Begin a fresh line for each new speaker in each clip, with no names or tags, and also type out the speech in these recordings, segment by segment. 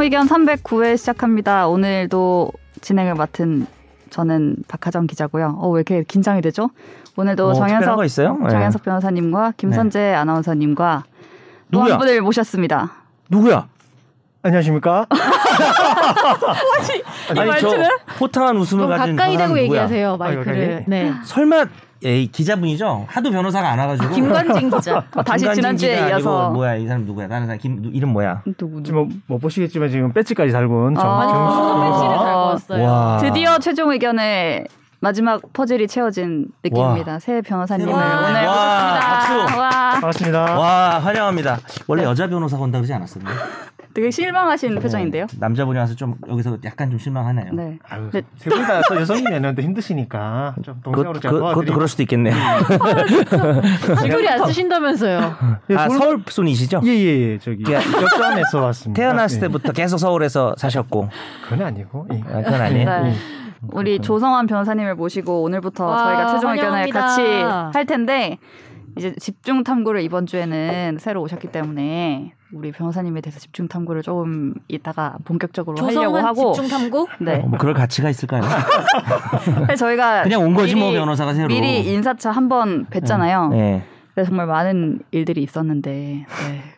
의견 309회 시작합니다. 오늘도 진행을 맡은 저는 박하정 기자고요. 어, 왜 이렇게 긴장이 되죠? 오늘도
뭐 특별한
정현석
거 있어요? 예.
정현석 변호사님과 김선재 아나운서님과 또
누구야?
한 분을 모셨습니다.
누구야?
안녕하십니까?
아니,
말투는?
저 포탄 웃음을
좀
가진
가까이
저 사람
대고
누구야?
얘기하세요
여기?
마이크를. 네.
설마 예, 에이 기자분이죠? 하도 변호사가 안 와가지고
김관진 기자.
어, 다시
아, 김관진
지난주에
기자 아니고
이어서
뭐야 이 사람 누구야? 나는 사람 김 누- 이름 뭐야?
누구 누구
지금 뭐 보시겠지만 지금 배지까지 달고 온 정,
아.
정수
아,
변호사.
배지를 달고 왔어요.
와
드디어 최종 의견의 마지막 퍼즐이 채워진 느낌입니다. 새 변호사님을
와.
오늘
와,
모셨습니다.
박수.
와,
반갑습니다.
와 환영합니다. 원래 여자 변호사가 온다 그러지 않았었나요?
네. 되게 실망하신 표정인데요.
네, 남자분이 와서 좀 여기서 약간 좀 실망하네요.
네.
아유,
네.
세분다 또 여성이면또 힘드시니까 좀
그것,
동생으로
그,
잘 도와드리고.
그것도 그럴 수도 있겠네요.
한글이 안 쓰신다면서요.
예,
아
서울-
서울 분이시죠?
예, 예, 예, 저기
야,
역전에서 왔습니다.
태어났을
예.
때부터 계속 서울에서 사셨고
그건 아니고. 예.
아, 그건 아니에요.
네.
음,
우리 조성환 변호사님을 모시고 오늘부터
와,
저희가 최종 의견을
환영합니다.
같이 할 텐데 이제 집중 탐구를 이번 주에는 새로 오셨기 때문에 우리 변호사님에 대해서 집중 탐구를 조금 이따가 본격적으로 하려고
조성한
하고
집중 탐구.
네.
뭐 그럴 가치가 있을까요?
그래서 저희가
그냥 온 거지 뭐
미리-
변호사가 새로.
미리 인사차 한 번 뵀잖아요.
예.
그래서 정말 많은 일들이 있었는데 네,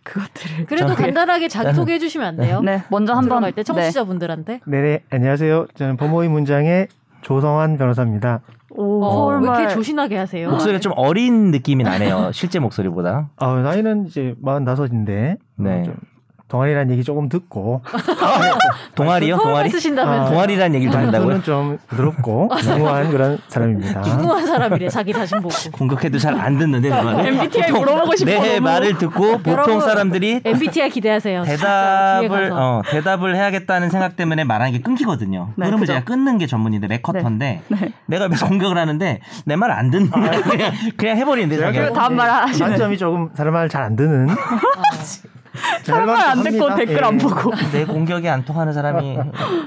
그것들을
그래도 간단하게 자기 소개해 주시면 안 돼요?
네 먼저 한번 네.
들어갈 때 청취자분들한테.
네네, 안녕하세요. 저는 법무의 문장의 조성환 변호사입니다.
오,
어, 왜
서울말.
이렇게 조신하게 하세요?
목소리가 좀 어린 느낌이 나네요. 실제 목소리보다.
아, 나이는 이제 45인데
어,
네.
좀 동아리란 얘기 조금 듣고
그 동아리요?
서울말
동아리?
아,
쓰신다면서.
동아리라는 얘기를 듣는다고요?
저는 좀 부드럽고 중후한 그런 사람입니다.
궁금한 사람이래 자기 자신 보고.
공격해도 잘 안 듣는데 누가
MBTI 물어보고 싶어
내 말을 듣고 보통
여러분,
사람들이
MBTI 기대하세요. 진짜, 뒤에
대답을
가서.
어, 대답을 해야겠다는 생각 때문에 말하는 게 끊기거든요.
네,
그러면
그죠.
제가 끊는 게 전문인데 맥커터인데
네.
내가 계속 공격을 하는데 내 말 안 듣는 거예요. 그냥, 그냥 해버리는데
아. 그래서
자기가.
다음 말 하시는
네. 단점이 조금 사람 말 잘 안 듣는 네.
사람 말 안 듣고 댓글
예.
예.
안 보고
내 공격이 안 통하는 사람이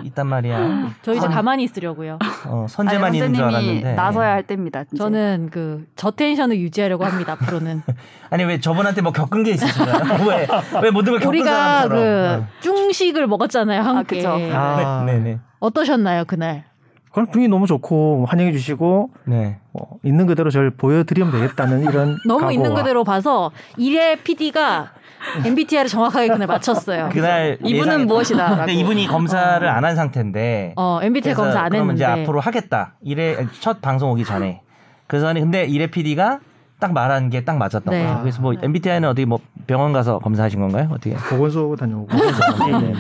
있단 말이야.
저 이제 가만히 있으려고요.
어, 선재만
아니,
있는 줄
선생님이
알았는데.
나서야 할 때입니다. 이제.
저는 그 저 텐션을 유지하려고 합니다. 앞으로는
아니 왜 저분한테 뭐 겪은 게 있으신가요? 왜, 왜 모든 걸 겪은
우리가
사람처럼?
그 중식을 먹었잖아요. 함께
그죠.
아,
네, 네네.
어떠셨나요 그날?
그럼 분위기 너무 좋고 뭐 환영해 주시고
네.
어, 있는 그대로 저를 보여드리면 되겠다는 이런
너무
각오와
있는 그대로 봐서 이래 PD가 MBTI를 정확하게 그날 맞췄어요.
그날
이분은
네. 예상했-
무엇이다.
그러니까 이분이 검사를 안 한 상태인데.
어 MBTI
그래서
검사 안
그럼
했는데
이제 앞으로 하겠다. 이래 첫 방송 오기 전에. 그래서 아니 근데 이래 PD가 딱 말한 게 딱 맞았던
네.
거예요. 그래서 뭐 MBTI는 어디 뭐 병원 가서 검사하신 건가요? 어떻게?
보건소 다녀오고 네, 네.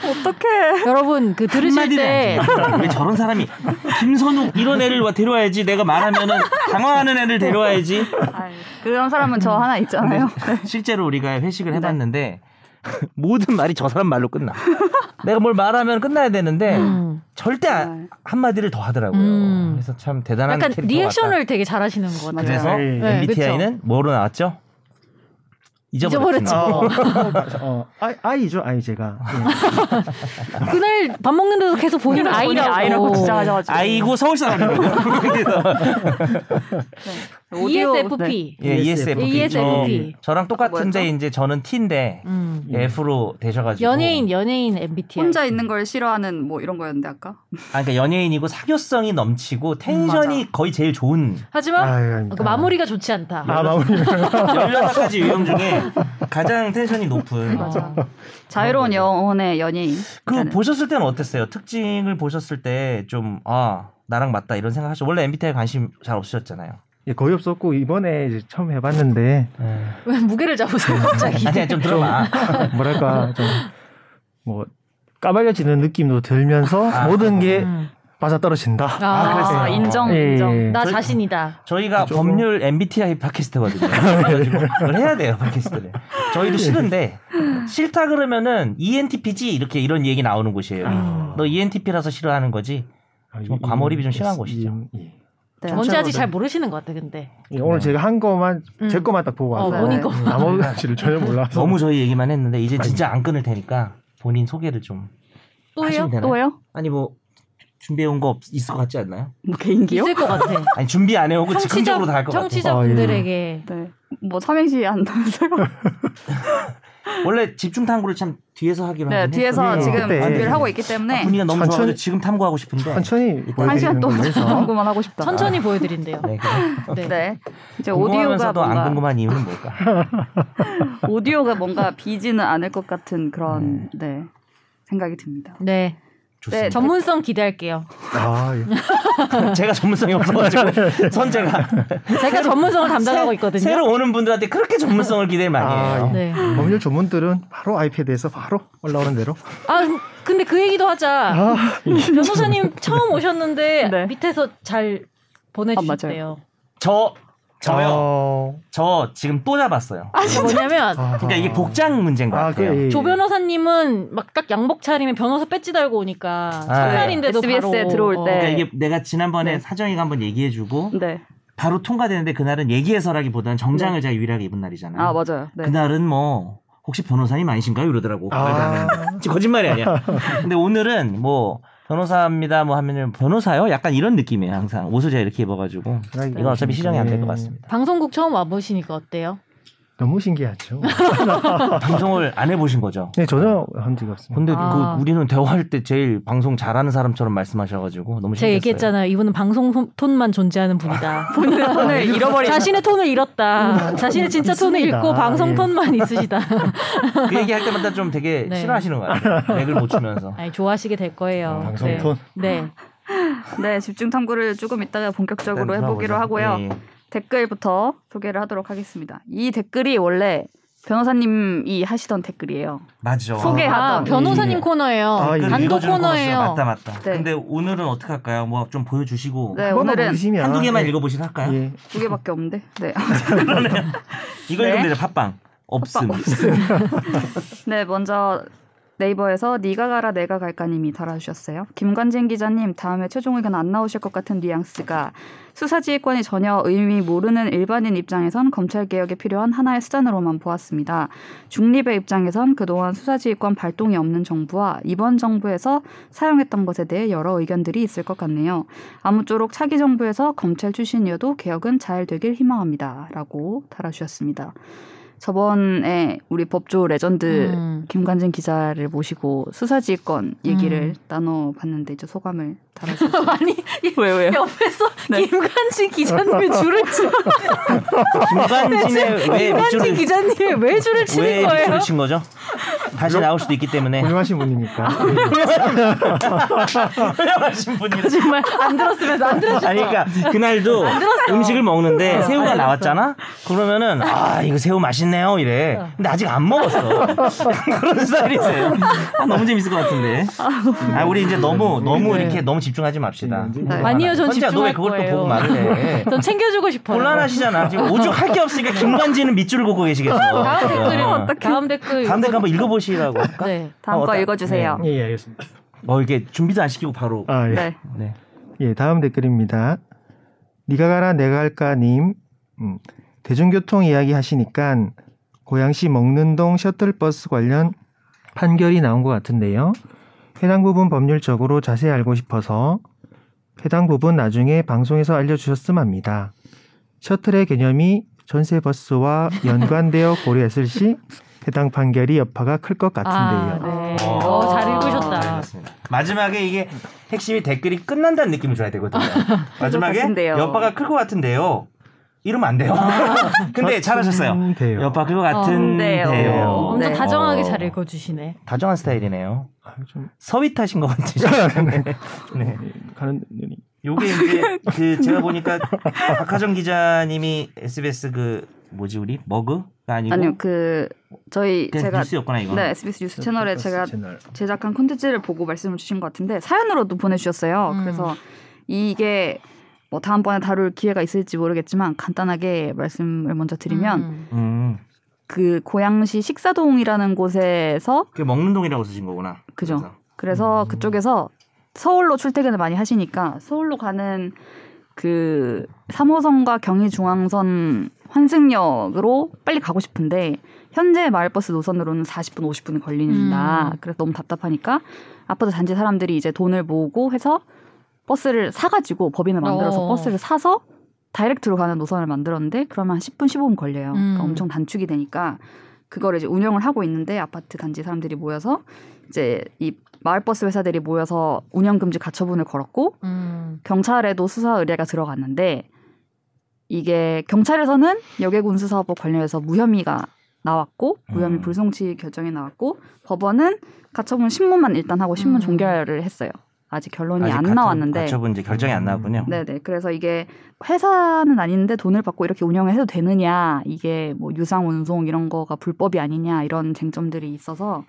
어떻게?
여러분 그 들으실 때
왜 저런 사람이 김선욱 이런 애를 와 데려와야지 내가 말하면은 당황하는 애를 데려와야지
그런 사람은 저 하나 있잖아요.
네. 실제로 우리가
네.
회식을 해봤는데 모든 말이 저 사람 말로 끝나. 내가 뭘 말하면 끝나야 되는데
음.
절대
네.
아- 한마디를 더 하더라고요.
음.
그래서 참 대단한
약간
캐릭터
리액션을 되게 잘하시는 것 같아요.
맞아요.
그래서
네,
네,
MBTI는 뭐로 나왔죠? 아,
잊어버렸지.
잊어버렸구나.
뭐.
어, 아이, 아이죠 아이 제가 예,
그날 밥 먹는데도 계속 본인 아이라고. 음.
아이라고 주장하셔가지고.
아이고 서울 사람이에요.
E
오디오- 네.
ESFP.
예, ESFP.
E ESFP.
저, 랑 똑같은데
뭐였죠?
이제 저는 T인데
음.
F로 되셔가지고
연예인 연예인 MBTI.
네. 혼자 있는 걸 싫어하는 뭐 이런 거였는데 아까.
아, 그러니까 연예인이고 사교성이 넘치고
음,
텐션이 거의 제일 좋은
하지만
아유, 아닙니다.
그 마무리가 좋지 않다.
아 마무리
18가지 유형 중에 가장 텐션이 높은
맞아.
자유로운 영혼의 연예인.
네. 그 보셨을 때는 어땠어요? 특징을 보셨을 때 좀 아, 나랑 맞다 이런 생각하시죠? 원래 MBTI 관심 잘 없으셨잖아요.
예, 거의 없었고 이번에 이제 처음 해봤는데
왜 무게를 잡으세요 갑자기?
아니야 좀 들어봐.
뭐랄까 좀 뭐 까발려지는 느낌도 들면서
아.
모든 게
음.
맞아떨어진다
아,
아,
그랬어요.
인정,
예,
인정.
예.
나
저희-
자신이다.
저희가
조금-
법률 MBTI 팟캐스트거든요.
네.
그래가지고 그걸 해야 돼요 팟캐스트를. 저희도 싫은데 싫다 그러면은 E ENTP지 이렇게 이런 얘기 나오는 곳이에요.
아.
너 E ENTP라서 싫어하는 거지.
아,
좀
이-
과몰입이 좀
이-
심한 곳이죠.
이- 이-
네.
뭔지 아직
저는-
잘 모르시는 것 같아 근데.
예, 오늘 제가 한 거만 제
음.
거만 딱 보고
어,
왔어요.
네.
본인 거.
나머지를 전혀 몰라서
너무 저희 얘기만 했는데 이제 진짜 안 끊을 테니까 본인 소개를 좀 하시면
또요?
되나요?
또요?
아니 뭐 준비해 온 거 있을 것 같지 않나요?
뭐 개인기요?
있을 것 같아.
아니 준비 안 해오고 즉흥적으로 다 할 것 같아요.
청취자분들에게
네. 뭐 삼행시 한다면서요?
아, 예.
원래 집중 탐구를 참 뒤에서 하기로
네,
하긴
뒤에서
했거든요.
지금
그때.
준비를 하고 있기 때문에
아, 분위기가 너무
천천히-
좋아서 지금 탐구하고 싶은데
천천히
한 시간 동안
보여드리는 걸로 해서
궁금만 하고
아, 예.
싶다.
천천히 보여드린대요.
네, 그래.
네.
네. 이제 오디오가 네,
궁금하면서도 안
뭔가
궁금한 이유는 뭘까?
오디오가 뭔가 비지는 않을 것 같은 그런 네. 생각이 듭니다.
네.
좋습니다.
네,
전문성 기대할게요.
아, 예.
제가 전문성이 없어가지고 선제가
제가 전문성을 담당하고
새-
있거든요.
새로 오는 분들한테 그렇게 전문성을 기대를 많이
아,
해요.
네.
법률 전문들은 바로 아이패드에서 바로 올라오는 대로.
아 근데 그 얘기도 하자.
아,
변호사님 처음 오셨는데
네. 아,
밑에서 잘 보내주셨대요.
저 저요
어,
저 지금 또 잡았어요.
이게 뭐냐면
아.
그러니까 이게 복장 문제인 것
아,
같아요.
그, 예.
조 변호사님은 막 딱 양복 차림에 변호사 배지 달고 오니까
아,
첫날인데도
예.
SBS에
바로
들어올 때.
그러니까
네.
이게 내가 지난번에
네.
사정이가 한번 얘기해주고
네.
바로 통과되는데 그날은 얘기해서라기보다는 정장을 제가 유일하게 입은 날이잖아요.
아, 맞아요. 네.
그날은 뭐 혹시 변호사님 아니신가요 이러더라고.
아.
지금 거짓말이 아니야. 근데 오늘은 뭐 변호사입니다 뭐 하면은 변호사요 약간 이런 느낌이에요 항상 옷을 제가 이렇게 입어가지고
아,
이건 어차피 시정이 안 될 것
예.
같습니다.
방송국 처음 와보시니까 어때요?
너무 신기하죠.
방송을 안 해보신 거죠?
네, 전혀 한 적이 없습니다.
근데
아.
그 우리는 대화할 때 제일 방송 잘하는 사람처럼 말씀하셔가지고 너무
제가
신기했어요.
얘기했잖아요. 이분은 방송 톤- 톤만 존재하는 분이다.
오늘 잃어버린
자신의 톤을 잃었다. 자신의 진짜 톤을
있습니다.
잃고 방송
예.
톤만 있으시다.
그 얘기할 때마다 좀 되게
네.
싫어하시는 것 같아요. 맥을 못 추면서.
아니, 좋아하시게 될 거예요.
방송
네.
톤.
네.
네, 집중 탐구를 조금 이따가 본격적으로
일단
네, 해보기로
들어가보자.
하고요.
예, 예.
댓글부터 소개를 하도록 하겠습니다. 이 댓글이 원래 변호사님이 하시던 댓글이에요.
맞아.
소개.
아,
소개하던.
변호사님
예.
코너예요.
아, 예.
단독
읽어주는
코너예요.
코너였어요. 맞다 맞다.
네.
근데 오늘은 어떻게 할까요? 뭐 좀 보여주시고
네,
한번
오늘은
보시면-
한두 개만
예.
읽어보시나 할까요?
예.
두 개밖에 없는데. 네.
이거
네.
읽으면 되죠. 팟빵 없음.
팟빵 네, 먼저 네이버에서 네가 가라 내가 갈까님이 달아주셨어요. 김관진 기자님 다음에 최종 의견 안 나오실 것 같은 뉘앙스가 수사지휘권이 전혀 의미 모르는 일반인 입장에선 검찰 개혁에 필요한 하나의 수단으로만 보았습니다. 중립의 입장에선 그동안 수사지휘권 발동이 없는 정부와 이번 정부에서 사용했던 것에 대해 여러 의견들이 있을 것 같네요. 아무쪼록 차기 정부에서 검찰 출신이어도 개혁은 잘 되길 희망합니다.라고 달아주셨습니다. 저번에 우리 법조 레전드
음.
김관진 기자를 모시고 수사지휘권 얘기를
음.
나눠봤는데 이제 소감을 달아주세요.
아니
왜 왜요?
옆에서
네.
김관진 기자님이 줄을 치
김관진의 왜
네, 김관진
밑줄을
기자님이 왜 줄을 치는
왜
거예요?
밑줄을 친 거죠? 다시 나올 수도 있기 때문에
훌륭하신 분이니까.
훌륭하신 분이
정말 안 들었으면서 안 들었.
아니 그러니까 그날도 음식을 먹는데 새우가 나왔잖아. 그러면은 아 이거 새우 맛있네요 이래.
어.
근데 아직 안 먹었어. 그런 스타일이세요. 아, 너무 재밌을 것 같은데. 아 우리 이제 너무 너무
네.
이렇게 너무 집중하지 맙시다.
네.
아니요, 전
선지야, 너왜
집중할
그걸
거예요.
또 보고 말을 해.
전 챙겨주고 싶어요. 네.
곤란하시잖아. 지금 오죽할 게 없으니까 김관진은 밑줄을 보고 계시겠어.
다음 댓글
어.
다음 댓글
다음 댓글 한번 읽어보시라고. 할까?
네.
다음
어,
거
어떤-
읽어주세요.
예, 예, 알겠습니다.
어 이게 준비도 안 시키고 바로.
아, 예.
네.
어.
네.
예, 다음 댓글입니다. 니가 가라 내가 할까 님. 음, 대중교통 이야기 하시니까 고양시 먹는동 셔틀버스 관련 판결이 나온 것 같은데요. 해당 부분 법률적으로 자세히 알고 싶어서 해당 부분 나중에 방송에서 알려주셨음 합니다. 셔틀의 개념이 전세버스와 연관되어 고려했을 시 해당 판결이 여파가 클 것 같은데요.
아, 네.
어.
어, 잘
아,
잘
읽으셨다.
봤습니다. 마지막에 이게 핵심이 댓글이 끝난다는 느낌을 줘야 되거든요. 마지막에
같은데요. 아.
여파가 클 것 같은데요. 이러면 안 돼요. 근데 네. 잘하셨어요.
음, 돼요.
여파 클 것 같은데요.
근데요.
엄청
네.
다정하게 잘
어,
읽어주시네.
다정한 스타일이네요.
아, 좀
서윗하신 것 같으죠. 네. 네.
가는 눈이
요게 이제 그 제가 보니까 박하정 기자님이 SBS 그 뭐지 우리 머그가 아니고
아니요 그 저희
그냥
제가
뉴스였구나 이거.
네 SBS 뉴스 채널에 제가
채널.
제작한 콘텐츠를 보고 말씀을 주신 것 같은데 사연으로도 보내주셨어요.
음.
그래서 이게 뭐 다음번에 다룰 기회가 있을지 모르겠지만 간단하게 말씀을 먼저 드리면
음.
음.
그 고양시 식사동이라는 곳에서
그게 먹는 동이라고 쓰신 거구나.
그죠.
그래서.
그래서
음.
그쪽에서 서울로 출퇴근을 많이 하시니까 서울로 가는 그 3호선과 경의중앙선 환승역으로 빨리 가고 싶은데 현재 마을버스 노선으로는 40분, 50분 걸린다.
음.
그래서 너무 답답하니까 아파트 단지 사람들이 이제 돈을 모으고 해서 버스를 사가지고 법인을 만들어서
어.
버스를 사서 다이렉트로 가는 노선을 만들었는데 그러면 한 10분, 15분 걸려요. 그러니까
음.
엄청 단축이 되니까 그걸 이제 운영을 하고 있는데 아파트 단지 사람들이 모여서 이제 이 마을버스 회사들이 모여서 운영 금지 가처분을 걸었고
음.
경찰에도 수사 의뢰가 들어갔는데 이게 경찰에서는 여객운수사업법 관련해서 무혐의가 나왔고 무혐의
음.
불송치 결정이 나왔고 법원은 가처분 신문만 일단 하고 신문
음.
종결을 했어요. 아직 결론이
아직
안
같은-
나왔는데
가처분 이제 결정이 안 나왔군요.
네네. 그래서 이게 회사는 아닌데 돈을 받고 이렇게 운영을 해도 되느냐, 이게 뭐 유상 운송 이런 거가 불법이 아니냐 이런 쟁점들이 있어서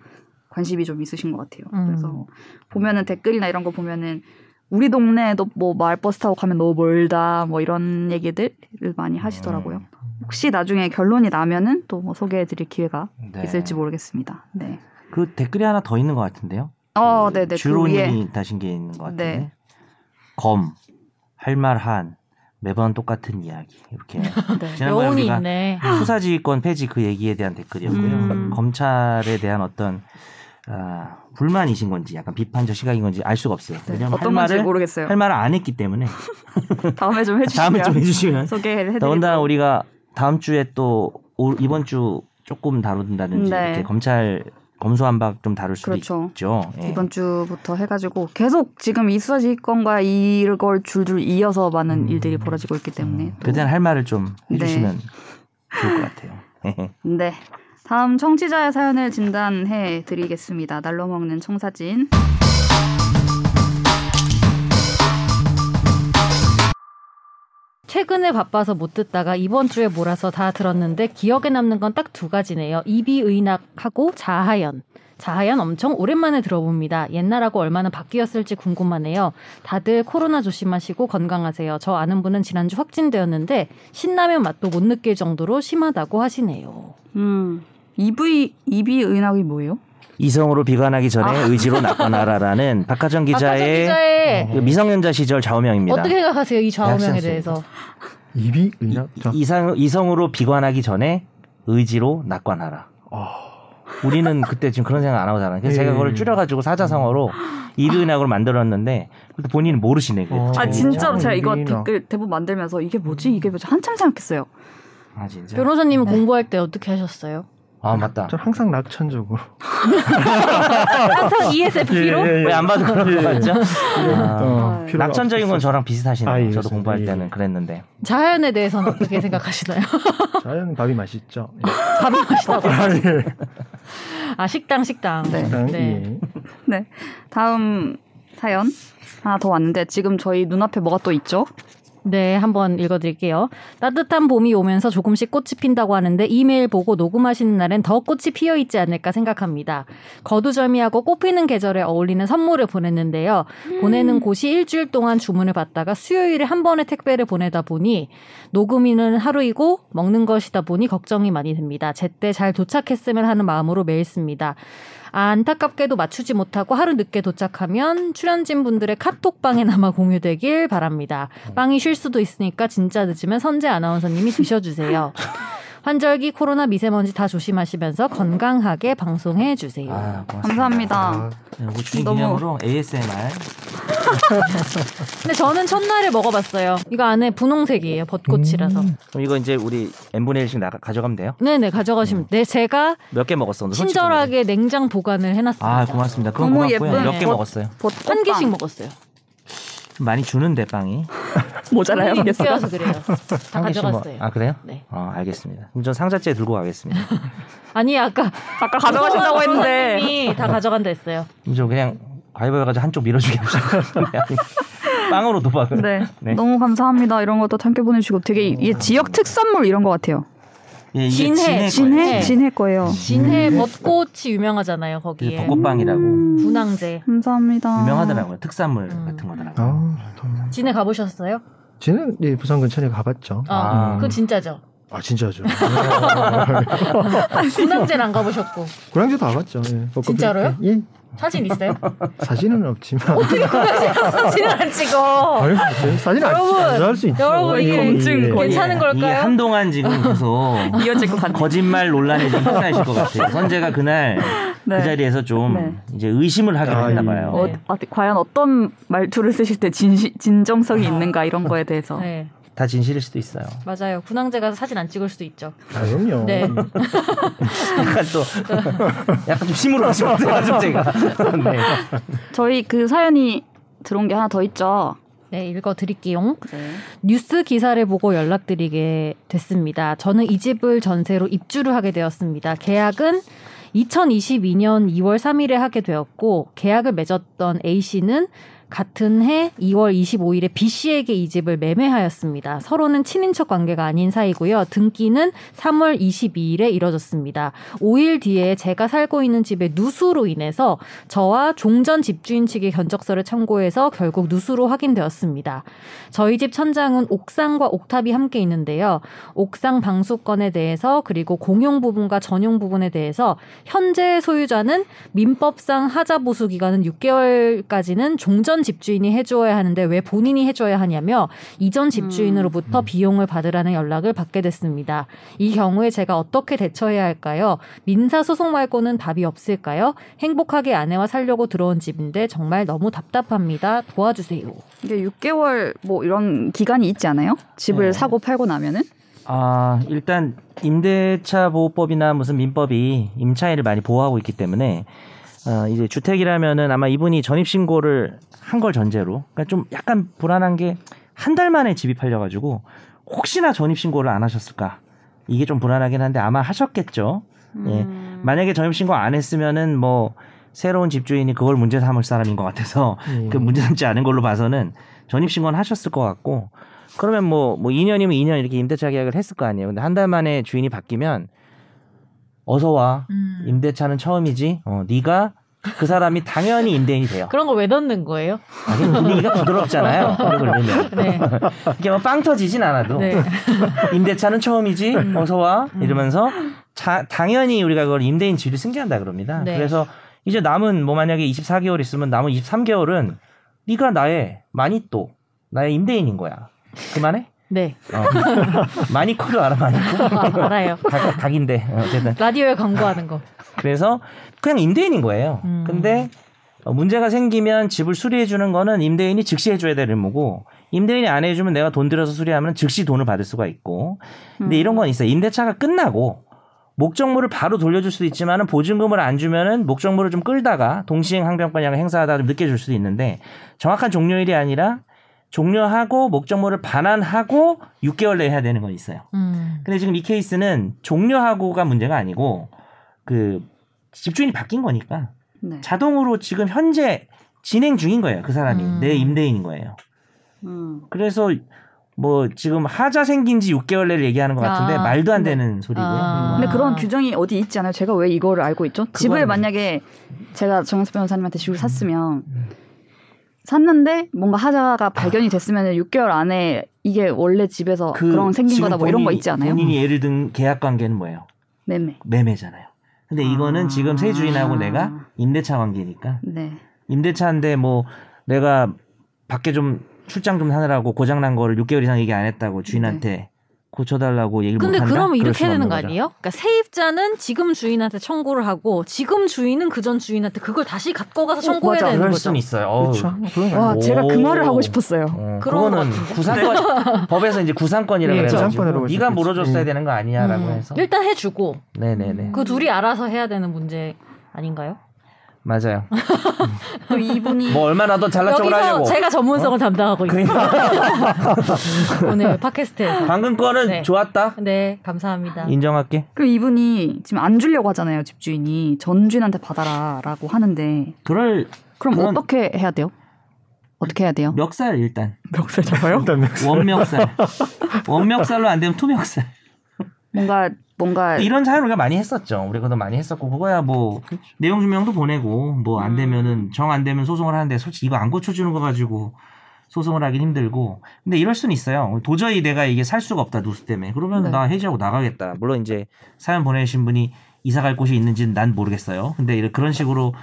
관심이 좀 있으신 것 같아요.
음.
그래서 보면은 댓글이나 이런 거 보면은 우리 동네에도 뭐 마을버스 타고 가면 너무 멀다 뭐 이런 얘기들을 많이
음.
하시더라고요. 혹시 나중에 결론이 나면은 또 뭐 소개해드릴 기회가
음, 네.
있을지 모르겠습니다. 네.
그 댓글이 하나 더 있는 것 같은데요.
어, 네네. 그 위에
음, 주로님이 다신 게 있는 것 같은데.
네.
검, 할말한, 매번 똑같은 이야기 이렇게.
네.
지난번에
여운이
우리가
있네.
수사지휘권 폐지 그 얘기에 대한 댓글이었고요.
음.
검찰에 대한 어떤 아, 불만이신 건지 약간 비판적 시각인 건지 알 수가 없어요.
네.
왜냐면 할
어떤 건지
말을
모르겠어요.
할 말을 안 했기 때문에
다음에 좀 해주시면
다음에 좀 해주시면.
소개를 해드릴게요.
더군다나 우리가 다음 주에 또 올- 이번 주 조금 다룬다든지
네.
이렇게 검찰 검수한박 좀 다룰 수도
그렇죠.
있죠.
네.
예.
이번 주부터 해가지고 계속 지금 이 수사지휘권과 이걸 줄줄 이어서
음.
많은 일들이 벌어지고 있기 때문에. 또.
그때는 할 말을 좀
네.
해주시면 좋을 것 같아요. 예.
음.
네. 다음 청취자의 사연을 진단해 드리겠습니다. 날로 먹는 청사진.
최근에 바빠서 못 듣다가 이번 주에 몰아서 다 들었는데 기억에 남는 건 딱 두 가지네요. 이비의낙하고 자하연. 자하연 엄청 오랜만에 들어봅니다. 옛날하고 얼마나 바뀌었을지 궁금하네요. 다들 코로나 조심하시고 건강하세요. 저 아는 분은 지난주 확진되었는데 신라면 맛도 못 느낄 정도로 심하다고 하시네요.
음. EV, EB 은하이 뭐예요?
이성으로 비관하기 전에 의지로 낙관하라라는 박하정
아, 박하정
기자의
기자의
그 미성년자 시절 좌우명입니다. 네,
어떻게 생각하세요? 이 좌우명에
약산성이죠.
대해서.
입이
이-
그냥 자,
이상 이성으로 비관하기 전에 의지로 낙관하라.
아,
우리는 그때 지금 그런 생각 안 하고 살아요. 그래서
예.
제가 그걸 줄여가지고 사자성어로 이비인학으로 만들었는데 그것도 본인은 모르시네. 그래도.
어.
아, 진짜로 제가 이거
EB 은하.
댓글 대본 만들면서 이게 뭐지? 이게 뭐지? 한참 생각했어요.
아 진짜.
변호사님은 공부할 때 어떻게 하셨어요?
아 맞다.
전 항상 낙천적으로 예,
항상 ESFP로?
왜 안 봐도 그런 거 같죠? 아,
아,
필요가
낙천적인 건
예, 없었어요.
저랑 비슷하시네요.
아, 예,
저도
그렇습니다.
공부할
예.
때는 그랬는데.
자하연에 대해서는 어떻게 생각하시나요?
자연 밥이 맛있죠. 예.
밥이 맛있다고.
아, 예.
아 식당 식당.
네.
일단,
네.
예.
네. 다음 사연 하나 더 왔는데 지금 저희 눈앞에 뭐가 또 있죠?
네, 한번 읽어드릴게요. 따뜻한 봄이 오면서 조금씩 꽃이 핀다고 하는데 이메일 보고 녹음하시는 날엔 더 꽃이 피어 있지 않을까 생각합니다. 거두절미하고 꽃 피는 계절에 어울리는 선물을 보냈는데요. 보내는 곳이 일주일 동안 주문을 받다가 수요일에 한 번에 택배를 보내다 보니 녹음이는 하루이고 먹는 것이다 보니 걱정이 많이 됩니다. 제때 잘 도착했으면 하는 마음으로 매일 씁니다. 아, 안타깝게도 맞추지 못하고 하루 늦게 도착하면 출연진 분들의 카톡방에 남아 공유되길 바랍니다. 빵이 쉴 수도 있으니까 진짜 늦으면 선재 아나운서님이 드셔주세요. 환절기, 코로나, 미세먼지 다 조심하시면서 건강하게 방송해
예.
주세요.
아, 고맙습니다.
감사합니다.
아,
네, 이거 추진
너무-
기념으로 ASMR.
근데 저는 첫날에 먹어봤어요. 이거 안에 분홍색이에요. 벚꽃이라서.
그럼 이거 이제 우리 n분의 1씩 나가, 가져가면 돼요?
네네 가져가시면. 네 제가
몇 개 먹었어 오늘? 음. 솔직히 오늘.
친절하게 냉장 보관을 해놨습니다.
아 고맙습니다. 그건
너무
고맙고요.
예쁜
몇 개
것-
먹었어요?
한
한
개씩 먹었어요.
좀 많이 주는데 빵이.
모자라요.
손님이
그래서.
늦게 와서 그래요. 다
한 개씩
가져갔어요.
먹- 아 그래요?
네.
어 알겠습니다. 그럼 전 상자째 들고 가겠습니다.
아니 아까
아까 가져가신다고 했는데
선생님이 다 가져간다 했어요.
그럼 저 그냥 가위바위보 해가지고 한쪽 밀어주게 합시다. 빵으로 도박을.
네.
네. 어,
너무 감사합니다. 이런 것도 함께 보내주시고 되게 이게 지역 특산물 이런 것 같아요.
예, 이게
진해,
진해
진해
거예요.
네.
진해 거예요.
진해 벚꽃이 유명하잖아요 거기에.
이게 음. 네, 벚꽃빵이라고
분황제.
감사합니다.
유명하더라고요. 특산물
음.
같은 거더라고요.
아,
진해 가보셨어요?
지는 예, 부산 근처에 가봤죠.
어,
아.
그건 진짜죠.
아 진짜죠.
분황제는 안 가보셨고
고량주 다 봤죠. 예. 벚꽃 필
진짜로요?
때. 예.
사진 있어요?
사진은 없지만.
사진을 안 찍어.
아유, 저희 사진 안
여러분,
할수 있죠.
여러분, 이게
검증
예.
거의.
괜찮은
이게
걸까요?
한동안 지금 계속
이어질 것 같아요.
거짓말 논란이 좀 휩싸이실 것 같아요.
네.
선재가 그날 그 자리에서 좀
네.
이제 의심을 하게
아,
됐나
예.
봐요.
어,
네.
아, 과연 어떤 말투를 쓰실 때 진, 진정성이 있는가 이런 거에 대해서
네.
다 진실일 수도 있어요.
맞아요. 군항제 가서 사진 안 찍을 수도 있죠.
아, 그럼요.
네.
약간 또 약간 좀 심으로 하신 것 같아요, 제가. 네.
저희 그 사연이 들어온 게 하나 더 있죠.
네, 읽어드릴게요. 뉴스 기사를 보고 연락드리게 됐습니다. 저는 이 집을 전세로 입주를 하게 되었습니다. 계약은 2022년 2월 3일에 하게 되었고 계약을 맺었던 A 씨는 같은 해 2월 25일에 B 씨에게 이 집을 매매하였습니다. 서로는 친인척 관계가 아닌 사이고요. 등기는 3월 22일에 이뤄졌습니다. 5일 뒤에 제가 살고 있는 집의 누수로 인해서 저와 종전 집주인 측의 견적서를 참고해서 결국 누수로 확인되었습니다. 저희 집 천장은 옥상과 옥탑이 함께 있는데요. 옥상 방수권에 대해서 그리고 공용 부분과 전용 부분에 대해서 현재 소유자는 민법상 하자 보수 기간은 6개월까지는 종전 집주인이 해줘야 하는데 왜 본인이 해줘야 하냐며 이전 집주인으로부터 비용을 받으라는 연락을 받게 됐습니다. 이 경우에 제가 어떻게 대처해야 할까요? 민사 소송 말고는 답이 없을까요? 행복하게 아내와 살려고 들어온 집인데 정말 너무 답답합니다. 도와주세요.
이게 6개월 뭐 이런 기간이 있지 않아요? 집을
네.
사고 팔고 나면은
아, 일단 임대차 보호법이나 무슨 민법이 임차인을 많이 보호하고 있기 때문에 어, 이제 주택이라면은 아마 이분이 전입 신고를 한 걸 전제로 그러니까 좀 약간 불안한 게 한 달 만에 집이 팔려 가지고 혹시나 전입 신고를 안 하셨을까? 이게 좀 불안하긴 한데 아마 하셨겠죠. 예. 만약에 전입 신고 안 했으면은 뭐 새로운 집주인이 그걸 문제 삼을 사람인 것 같아서
음.
그 문제 삼지 않은 걸로 봐서는 전입 신고는 하셨을 것 같고 그러면 뭐 뭐 2년이면 2년 이렇게 임대차 계약을 했을 거 아니에요. 근데 한 달 만에 주인이 바뀌면 어서 와. 임대차는 처음이지. 어, 네가 그 사람이 당연히 임대인이 돼요.
그런 거 왜 넣는 거예요?
아니 분위기가 부드럽잖아요. 그런 걸 보면
네.
이게 뭐 빵 터지진 않아도
네.
임대차는 처음이지 어서 와 이러면서 자- 당연히 우리가 그걸 임대인 지위를 승계한다 그럽니다.
네.
그래서 이제 남은 뭐 만약에 24개월 있으면 남은 23개월은 네가 나의 마니또 나의 임대인인 거야. 그만해.
네.
어. 마니코를 알아 마니코.
아, 알아요.
닭, 닭인데 어, 어쨌든
라디오에 광고하는 거.
그래서 그냥 임대인인 거예요.
음.
근데 어, 문제가 생기면 집을 수리해 주는 거는 임대인이 즉시 해줘야 될 의무고 임대인이 안 해주면 내가 돈 들여서 수리하면 즉시 돈을 받을 수가 있고 근데 이런 건 있어요. 임대차가 끝나고 목적물을 바로 돌려줄 수도 있지만은 보증금을 안 주면은 목적물을 좀 끌다가 동시행 항변권량을 행사하다 좀 늦게 줄 수도 있는데 정확한 종료일이 아니라 종료하고 목적물을 반환하고 6개월 내에 해야 되는 건 있어요.
음.
근데 지금 이 케이스는 종료하고가 문제가 아니고 그 집주인이 바뀐 거니까
네.
자동으로 지금 현재 진행 중인 거예요. 그 사람이
음.
내 임대인인 거예요.
음.
그래서 뭐 지금 하자 생긴 지 6개월 내를 얘기하는 것 같은데
아,
말도 안
네.
되는 소리고요.
아.
근데
음.
그런 규정이 어디 있지 않아요? 제가 왜 이거를 알고 있죠? 집을
그건-
만약에 제가 정영수 변호사님한테 집을 샀으면 샀는데 뭔가 하자가 발견이 됐으면 6개월 안에 이게 원래 집에서 그, 런 생긴
지금
거다 뭐 이런 거
본인이-
있지 않아요?
본인이 예를 든 계약 관계는 뭐예요?
매매.
매매잖아요. 근데 이거는
아.
지금 새 주인하고 내가 임대차 관계니까
네.
임대차인데 뭐 내가 밖에 좀 출장 좀 하느라고 고장난 거를 6개월 이상 얘기 안 했다고 주인한테 고쳐달라고 얘기를
네. 근데
못한다.
그러면
그럴
이렇게
수는
해야 되는
없는
거
거죠.
아니에요? 그러니까 세입자는 지금 주인한테 청구를 하고 지금 주인은 그 전 주인한테 그걸 다시 갖고 가서 어, 청구해야
맞아.
되는
어, 그럴
거죠.
수는 있어요. 어우.
그렇죠. 그런
와,
오.
제가 그 말을 하고 싶었어요.
어,
그런 것
그거는
같은데?
구상권 법에서 이제 구상권이라고
예,
해가지고
구상권이라고
네가
했었겠지.
물어줬어야
예.
되는 거 아니야라고
음.
해서
일단 해주고
네네네
그 둘이 알아서 해야 되는 문제 아닌가요?
맞아요.
또 이분이
뭐 얼마나 더 잘난 척을
음. 여기서
하려고
제가 전문성을 담당하고 있어요.
그러니까
오늘 팟캐스트에서.
방금 거는
네.
좋았다
네, 감사합니다.
인정할게.
그 이분이 지금 안 주려고 하잖아요, 집주인이. 전주인한테 받아라라고 하는데
그럴
그럼
그건-
어떻게 해야 돼요? 어떻게 해야 돼요?
멱살 일단
멱살 잡아요?
일단
원멱살 원멱살로 안 되면 투멱살.
뭔가 뭔가
아, 이런 사연 우리가 많이 했었죠. 우리 그도 많이 했었고 그거야 뭐 내용 증명도 보내고 뭐 안 되면은 정 안 되면 소송을 하는데 솔직히 이거 안 고쳐주는 거 가지고 소송을 하긴 힘들고 근데 이럴 수는 있어요. 도저히 내가 이게 살 수가 없다 누수 때문에 그러면
네.
나 해지하고 나가겠다. 물론 이제 사연 보내신 분이 이사 갈 곳이 있는지는 난 모르겠어요. 근데 이런 그런 식으로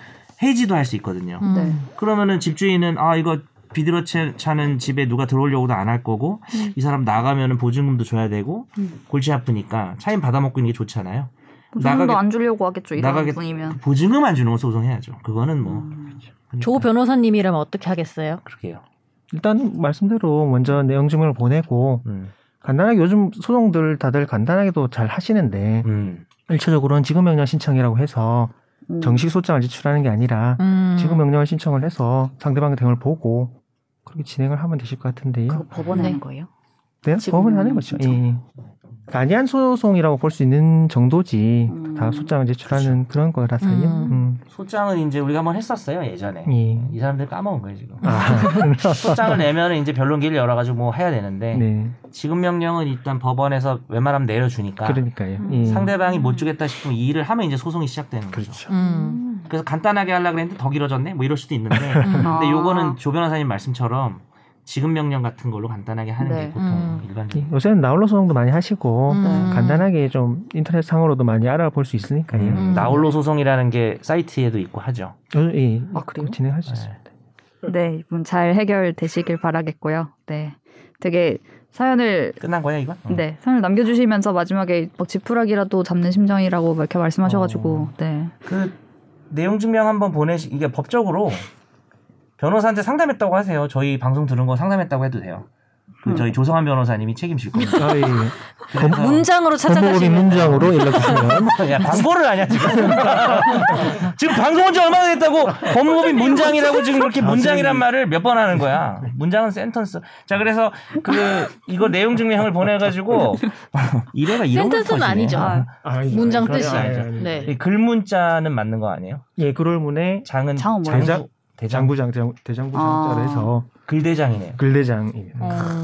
해지도 할 수 있거든요.
음.
네.
그러면은 집주인은 아 이거 비들어 채- 차는 집에 누가 들어오려고도 안 할 거고 이 사람 나가면은 보증금도 줘야 되고
음.
골치 아프니까 차임 받아먹고 있는 게 좋잖아요. 그
나도
나가겠-
뭐 안 주려고 하겠죠. 이런
나가겠-
분이면.
보증금 안 주는 건 소송해야죠. 그거는 뭐
음.
그러니까
조 변호사님이라면 어떻게 하겠어요?
그러게요.
일단 말씀대로 먼저 내용 증명을 보내고
음.
간단하게 요즘 소송들 다들 간단하게도 잘 하시는데
음.
일차적으로는 지급 명령 신청이라고 해서
음.
정식 소장을 제출하는 게 아니라
음.
지급 명령을 신청을 해서 상대방의 대응을 보고 그렇게 진행을 하면 되실 것 같은데요.
그거 법원에
네.
하는 거예요?
네,
지금
법은 하는 거죠.
진짜.
예. 간이한 소송이라고 볼 수 있는 정도지
음. 그렇죠.
다 소장을 제출하는 그런 거라서요.
음.
음.
소장은 이제 우리가 한번 했었어요 예전에.
예.
이 사람들 까먹은 거예요 지금.
아,
소장을 내면 이제 변론기를 열어가지고 뭐 해야 되는데
네,
지금 명령은 일단 법원에서 웬만하면 내려주니까
그러니까요.
음.
예.
상대방이 못 주겠다 싶으면 이 일을 하면 이제 소송이 시작되는 거죠.
그렇죠.
음.
그래서 간단하게 하려고 했는데 더 길어졌네 뭐 이럴 수도 있는데
음.
근데
아.
요거는 조 변호사님 말씀처럼 지금 명령 같은 걸로 간단하게 하는
네.
게 보통
음.
예,
일반적인
요새는 나홀로 소송도 많이 하시고
음.
어, 간단하게 좀 인터넷 상으로도 많이 알아볼 수 있으니까요.
음.
나홀로 소송이라는 게 사이트에도 있고 하죠.
요- 예,
아, 그래요?
진행할 수 있습니다.
네, 이분 잘 해결되시길 바라겠고요. 네, 되게 사연을
끝난 거야 이건? 어.
네 사연을 남겨주시면서 마지막에 막 지푸라기라도 잡는 심정이라고 막 이렇게 말씀하셔가지고
어.
네,
그 내용 증명 한번 보내시 이게 법적으로 변호사한테 상담했다고 하세요. 저희 방송 들은 거 상담했다고 해도 돼요. 그 저희 조성한 변호사님이 책임질 거예요.
아, 예.
그래서-
법무법인
문장으로 찾아가시면
문장으로 연락 주시면
야 광고를 하냐 지금 지금 방송 온 지 얼마나 됐다고 법무법인 문장이라고 지금 그렇게 문장이란 말을 몇 번 하는 거야 문장은 센턴스 자 그래서 그 이거 내용 증명을 보내가지고 이래가 이런
센텐스는 아니죠. 문장 뜻이.
그러지 않죠.
네.
글문자는 맞는 거 아니에요?
예, 그럴 문에
장은
장은 뭐예요?
장부, 대장
장부장 장- 대장부장자로
아.
해서
글대장이네요.
글대장입니다. 예.
어.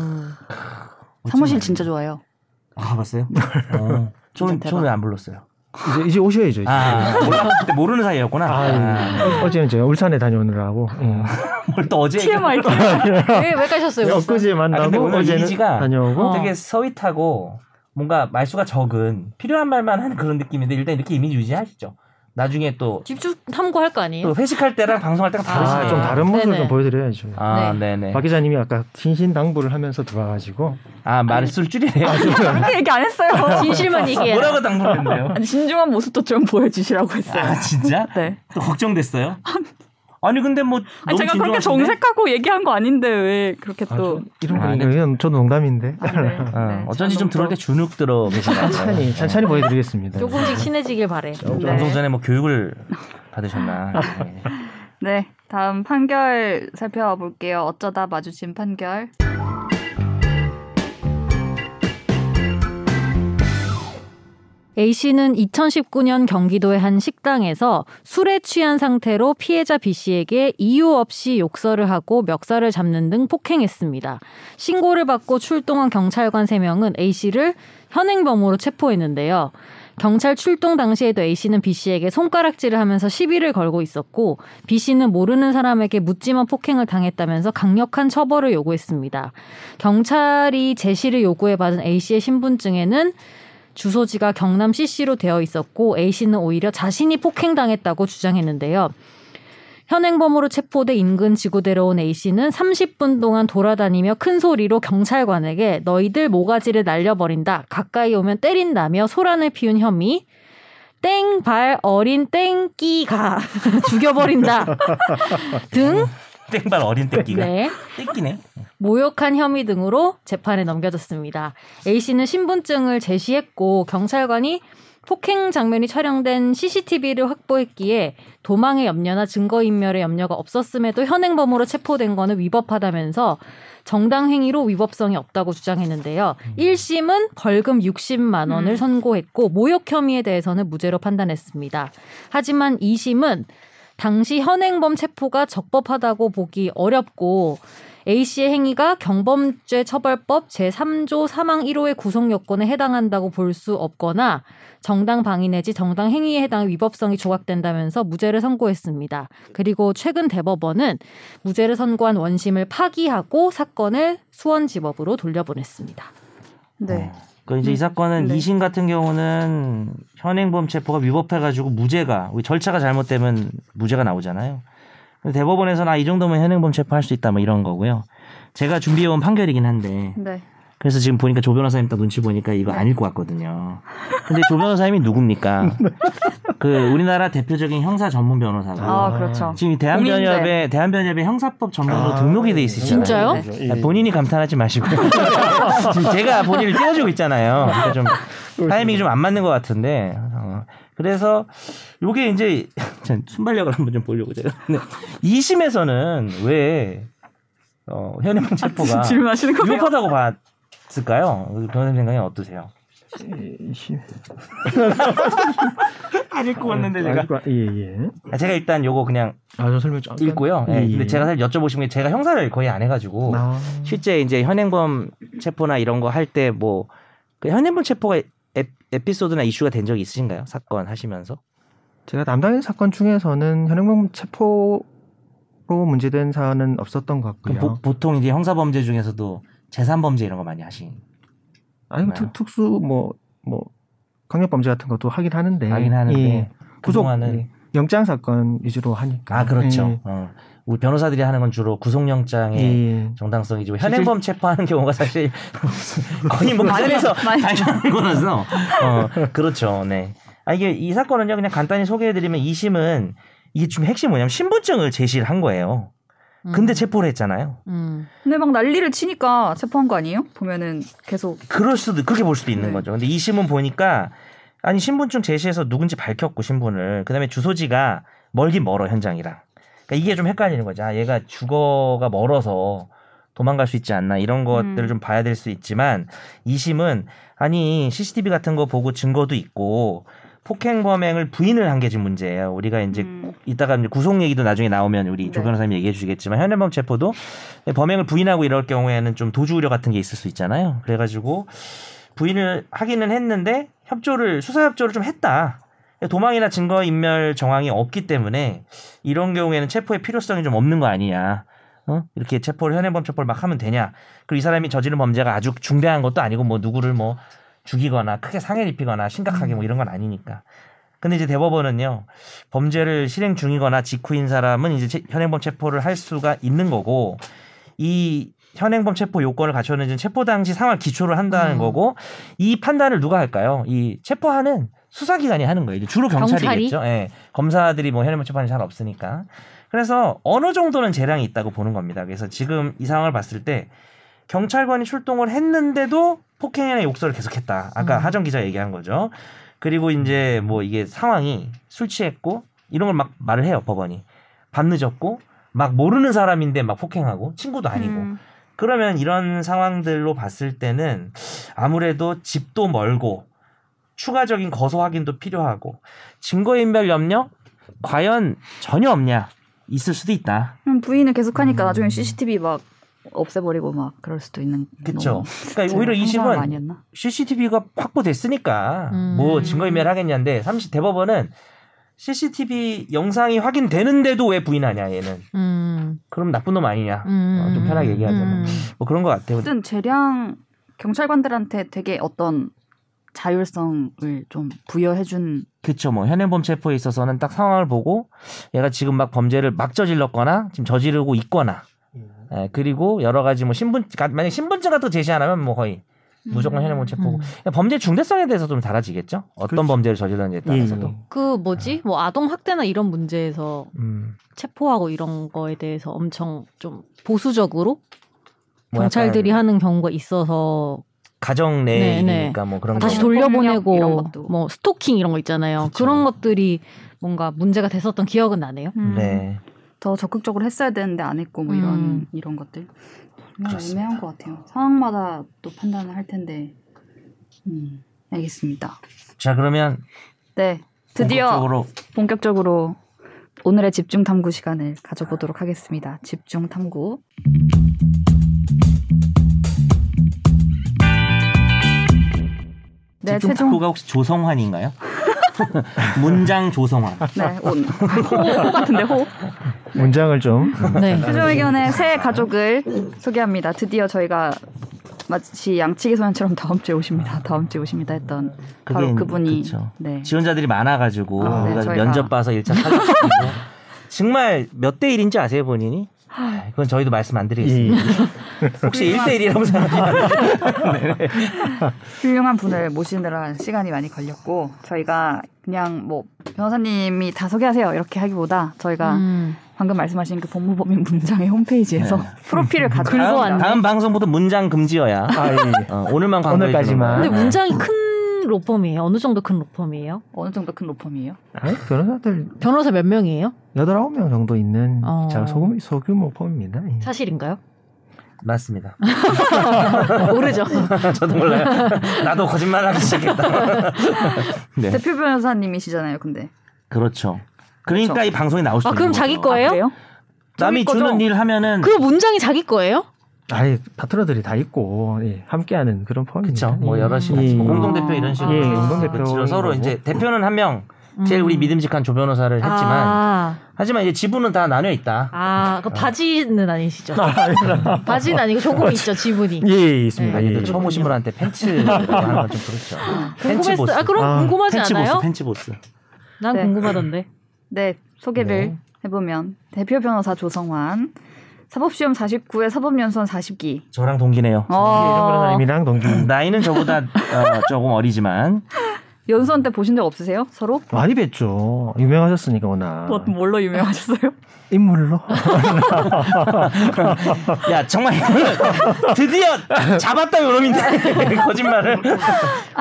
사무실 진짜 좋아요.
아 봤어요? 저는
진짜 대박.
저는 안 불렀어요.
이제 이제 오셔야죠. 이제.
아 몰라 그때 모르는 사이였구나.
아, 예. 어제는 제가 울산에 다녀오느라고 예.
뭘또 어제 얘기를
TMI.
네, 왜, 왜 가셨어요? 벌써?
엊그제
아, 근데
만나고
오늘
어제는
이미지가-
다녀오고
어.
되게 서윗하고 뭔가 말수가 적은 필요한 말만 하는 그런 느낌인데 일단 이렇게 이미지 유지하시죠. 나중에 또,
집중 탐구할 거 아니에요?
또 회식할 때랑 방송할 때랑 다르시네요.
아, 좀 다른 모습을
네네.
좀 보여드려야죠.
아,
네.
네. 네
박 기자님이 아까 신신당부를 하면서 들어와가지고
아 말수를 줄이래요.
그렇게 얘기 안 했어요.
진실만 얘기해요.
뭐라고 당부했는데요?
아니, 진중한 모습도 좀 보여주시라고 했어요.
아 진짜?
네.
또 걱정됐어요? 아니 근데 뭐
아니
너무
제가 그렇게
진중하신데?
정색하고 얘기한 거 아닌데 왜 그렇게 또
이런
아,
거
네.
이건 저도 농담인데
아, 네.
어,
네,
어쩐지 좀
참
들어올 때 주눅 들어 계신 것 같아요. 네.
천천히 천천히 보여드리겠습니다.
조금씩 친해지길 바래.
너무- 네.
방송 전에 뭐 교육을 받으셨나? 네.
네, 다음 판결 살펴볼게요. 어쩌다 마주친 판결.
A씨는 2019년 경기도의 한 식당에서 술에 취한 상태로 피해자 B씨에게 이유 없이 욕설을 하고 멱살을 잡는 등 폭행했습니다. 신고를 받고 출동한 경찰관 3명은 A씨를 현행범으로 체포했는데요. 경찰 출동 당시에도 A씨는 B씨에게 손가락질을 하면서 시비를 걸고 있었고 B씨는 모르는 사람에게 묻지마 폭행을 당했다면서 강력한 처벌을 요구했습니다. 경찰이 제시를 요구해 받은 A씨의 신분증에는 주소지가 경남 CC로 되어 있었고 A씨는 오히려 자신이 폭행당했다고 주장했는데요. 현행범으로 체포돼 인근 지구대로 온 A씨는 30분 동안 돌아다니며 큰 소리로 경찰관에게 너희들 모가지를 날려버린다. 가까이 오면 때린다며 소란을 피운 혐의. 땡, 발, 어린, 땡, 끼가. 죽여버린다. 등.
땡발 어린 땡기가
네.
땡기네.
모욕한 혐의 등으로 재판에 넘겨졌습니다. A씨는 신분증을 제시했고 경찰관이 폭행 장면이 촬영된 CCTV를 확보했기에 도망의 염려나 증거인멸의 염려가 없었음에도 현행범으로 체포된 거는 위법하다면서 정당행위로 위법성이 없다고 주장했는데요. 1심은 벌금 60만 원을
음.
선고했고 모욕 혐의에 대해서는 무죄로 판단했습니다. 하지만 2심은 당시 현행범 체포가 적법하다고 보기 어렵고 A씨의 행위가 경범죄 처벌법 제3조 사망 1호의 구성 요건에 해당한다고 볼 수 없거나 정당 방위 내지 정당 행위에 해당 위법성이 조각된다면서 무죄를 선고했습니다. 그리고 최근 대법원은 무죄를 선고한 원심을 파기하고 사건을 수원지법으로 돌려보냈습니다.
네.
그 이제 이 사건은
네.
2심 같은 경우는 현행범 체포가 위법해가지고 무죄가 우리 절차가 잘못되면 무죄가 나오잖아요. 근데 대법원에서는 아, 이 정도면 현행범 체포할 수 있다 뭐 이런 거고요. 제가 준비해온 판결이긴 한데
네.
그래서 지금 보니까 조 변호사님 딱 눈치 보니까 이거 아닐 것 같거든요. 근데 조 변호사님이 누굽니까? 그 우리나라 대표적인 형사 전문 변호사가
아, 그렇죠.
지금 대한변협에 대한변협의 형사법 전문으로 아, 등록이 돼 있으시잖아요.
진짜요?
네.
아, 본인이 감탄하지 마시고 지금 제가 본인을 띄워주고 있잖아요. 그러니까 좀 타이밍이 좀 안 맞는 것 같은데 어, 그래서 요게 이제 전 순발력을 한번 좀 보려고 제가 2심에서는 왜 어, 현행 체포가
아, 질문하시는 거예요?
유효하다고 봤을까요? 변호사님 생각이 어떠세요? 아닐 것 같는데 제가
예예.
아, 제가 일단 요거 그냥
아저 설명 좀
읽고요. 예,
예,
근데
예.
제가 사실 여쭤보신 게 제가 형사를 거의 안 해가지고
아,
실제 이제 현행범 체포나 이런 거 할 때 뭐 현행범 체포가 에, 에피소드나 이슈가 된 적이 있으신가요? 사건 하시면서?
제가 담당한 사건 중에서는 현행범 체포로 문제된 사안은 없었던 것
그럼
같고요.
보, 통 이제 형사 범죄 중에서도 재산 범죄 이런 거 많이 하신
아니 뭐
있나요?
특, 특수 뭐 뭐 강력 범죄 같은 것도 하긴 하는데.
하긴 하는데
예. 구속
그동안은
예. 영장 사건 위주로 하니까.
아 그렇죠.
예.
어. 우리 변호사들이 하는 건 주로 구속영장에
예.
정당성이지 뭐 현행범 체포하는 경우가 사실 거의 뭐 하늘에서
많이-
발견하는 거라서 어 그렇죠 네아 이게 이 사건은요 그냥 간단히 소개해드리면 2심은 이게 좀 핵심 이 뭐냐면 신분증을 제시를 한 거예요
음.
근데 체포를 했잖아요
음.
근데 막 난리를 치니까 체포한 거 아니에요? 보면은 계속
그럴 수도 그렇게 볼 수도 있는
네.
거죠 근데 2심은 보니까 아니 신분증 제시해서 누군지 밝혔고 신분을 그다음에 주소지가 멀긴 멀어 현장이랑 그러니까 이게 좀 헷갈리는 거죠 아 얘가 주거가 멀어서 도망갈 수 있지 않나 이런 것들을
음.
좀 봐야 될 수 있지만 2심은 아니 CCTV 같은 거 보고 증거도 있고 폭행 범행을 부인을 한 게 지금 문제예요. 우리가 이제
음.
이따가 이제 구속 얘기도 나중에 나오면 우리 조
네.
변호사님 얘기해 주시겠지만 현행범 체포도 범행을 부인하고 이럴 경우에는 좀 도주 우려 같은 게 있을 수 있잖아요. 그래가지고 부인을 하기는 했는데 협조를 수사 협조를 좀 했다. 도망이나 증거 인멸 정황이 없기 때문에 이런 경우에는 체포의 필요성이 좀 없는 거 아니냐. 어? 이렇게 체포를 현행범 체포를 막 하면 되냐. 그리고 이 사람이 저지른 범죄가 아주 중대한 것도 아니고 뭐 누구를 뭐 죽이거나 크게 상해를 입히거나 심각하게 뭐 이런 건 아니니까. 근데 이제 대법원은요 범죄를 실행 중이거나 직후인 사람은 이제 체- 현행범 체포를 할 수가 있는 거고 이 현행범 체포 요건을 갖췄는지는 체포 당시 상황 기초를 한다는
음.
거고 이 판단을 누가 할까요? 이 체포하는 수사기관이 하는 거예요. 이제 주로 경찰이겠죠. 예. 검사들이 뭐 현행범 체포하는 잘 없으니까. 그래서 어느 정도는 재량이 있다고 보는 겁니다. 그래서 지금 이 상황을 봤을 때 경찰관이 출동을 했는데도 폭행의 욕설을 계속했다. 아까
음.
하정 기자 얘기한 거죠. 그리고 이제 뭐 이게 상황이 술 취했고 이런 걸 막 말을 해요 법원이 밤늦었고 막 모르는 사람인데 막 폭행하고 친구도 아니고
음.
그러면 이런 상황들로 봤을 때는 아무래도 집도 멀고 추가적인 거소 확인도 필요하고 증거인멸 염려 과연 전혀 없냐 있을 수도 있다.
그럼 부인을 계속하니까
음.
나중에 CCTV 막 없애버리고 막 그럴 수도 있는.
그렇죠.
너무
그러니까 오히려 이
음. 진짜 황당한 거
집은
아니었나?
CCTV가 확보됐으니까
음.
뭐 증거인멸 하겠냐인데 삼시 대법원은 CCTV 영상이 확인되는데도 왜 부인하냐 얘는
음.
그럼 나쁜 놈 아니냐
음.
어, 좀 편하게 얘기하자면.
음.
뭐 그런 것 같아요.
어쨌든 재량 경찰관들한테 되게 어떤 자율성을 좀 부여해준
그렇죠. 뭐 현행범 체포에 있어서는 딱 상황을 보고 얘가 지금 막 범죄를 막 저질렀거나 지금 저지르고 있거나 예, 그리고 여러 가지 뭐 신분 만약 신분증 같은 거 제시 안 하면 뭐 거의 무조건 현행범 체포고
음.
범죄 중대성에 대해서 좀 달라지겠죠. 어떤
그렇죠. 예.
범죄를 저질렀는지에 따라서도.
그 뭐지? 뭐 아동 학대나 이런 문제에서
음,
체포하고 이런 거에 대해서 엄청 좀 보수적으로
뭐
경찰들이
약간
하는 경우가 있어서
가정
네, 네.
내니까 뭐 그런
다시
거.
폭력 이런
돌려보내고
것도.
뭐 스토킹 이런 거 있잖아요.
그쵸.
그런 것들이 뭔가 문제가 됐었던 기억은 나네요.
음,
네.
더 적극적으로 했어야 되는데 안 했고 뭐 이런
음.
이런 것들 정말
그렇습니다.
애매한 것 같아요. 상황마다 또 판단을 할 텐데 음, 알겠습니다.
자 그러면
네 드디어
본격적으로
본격적으로 오늘의 집중 탐구 시간을 가져보도록 하겠습니다. 집중 탐구. 네,
집중
최종
탁구가 혹시 조성환인가요? 문장 조성환.
네, 온. 호, 호 같은데 호.
문장을 좀
네.
최종 의견의 새 가족을 소개합니다. 드디어 저희가 마치 양치기 소년처럼 다음 주에 오십니다. 다음 주에 오십니다 했던 바로
그게
그분이
그쵸.
네.
지원자들이 많아가지고
아, 네,
우리가
저희가.
면접 봐서 일차 사격시키고 정말 몇 대 일인지 아세요 본인이? 그건 저희도 말씀 안
예.
드리겠습니다. 혹시 1대1이라고 생각하는데. 네.
훌륭한 분을 모시느라 시간이 많이 걸렸고 저희가 그냥 뭐 변호사님이 다 소개하세요 이렇게 하기보다
그러니까
저희가
음.
방금 말씀하신 그 법무법인 문장의 홈페이지에서
네.
프로필을 가져
긁어
다음,
왔네.
다음 방송부터 문장 금지여야.
아, 예.
어, 오늘만 광고해
오늘까지만.
근데
주는 거야.
문장이 큰 로펌이에요. 어느 정도 큰 로펌이에요?
어느 정도 큰 로펌이에요?
아니, 변호사들
변호사 몇 명이에요?
8, 9명 정도 있는
어.
자, 소규모, 소규모 펌입니다. 예.
사실인가요?
네.
네,
맞습니다.
모르죠.
저도 몰라요. 나도 거짓말하기 시작했다. 네.
대표 변호사님이시잖아요, 근데.
그렇죠. 그러니까
그렇죠.
이 방송이 나올 수
아
있는
그럼 자기
거죠.
거예요?
그래요?
남이
자기 거죠?
주는 일 하면은
그 문장이 자기 거예요?
아예 파트너들이 다 있고 예, 함께하는 그런 펌입니다.
그렇죠. 뭐
예.
여러 시 같이
예.
뭐 공동 대표 이런 식으로
예, 공동대표.
그렇죠. 서로
거고.
이제 대표는 한 명 제일 우리 믿음직한 조 변호사를 했지만
아,
하지만 이제 지분은 다 나뉘어 있다.
아, 그 바지는 아니시죠? 바지는 아니고 조금 있죠 지분이.
예, 예, 있습니다.
아니,
예,
또
예.
처음 오신 분한테 팬츠 하는 건 좀 그렇죠. 팬츠 보스.
궁금했어. 네. 아 그럼
아,
궁금하지
팬츠
않아요?
보스, 팬츠 보스.
난
네.
궁금하던데.
네, 소개를
네.
해보면 대표 변호사 조성환, 사법시험 49회 사법연수원 40기.
저랑 동기네요.
어,
변호사님이랑 동기
나이는 저보다 어, 조금 어리지만
연수원 때 보신 적 없으세요? 서로?
많이 뵀죠. 유명하셨으니까
아.
워낙
뭐, 뭘로 유명하셨어요?
네.
인물로.
야 정말 드디어 잡았다 요놈인데 거짓말을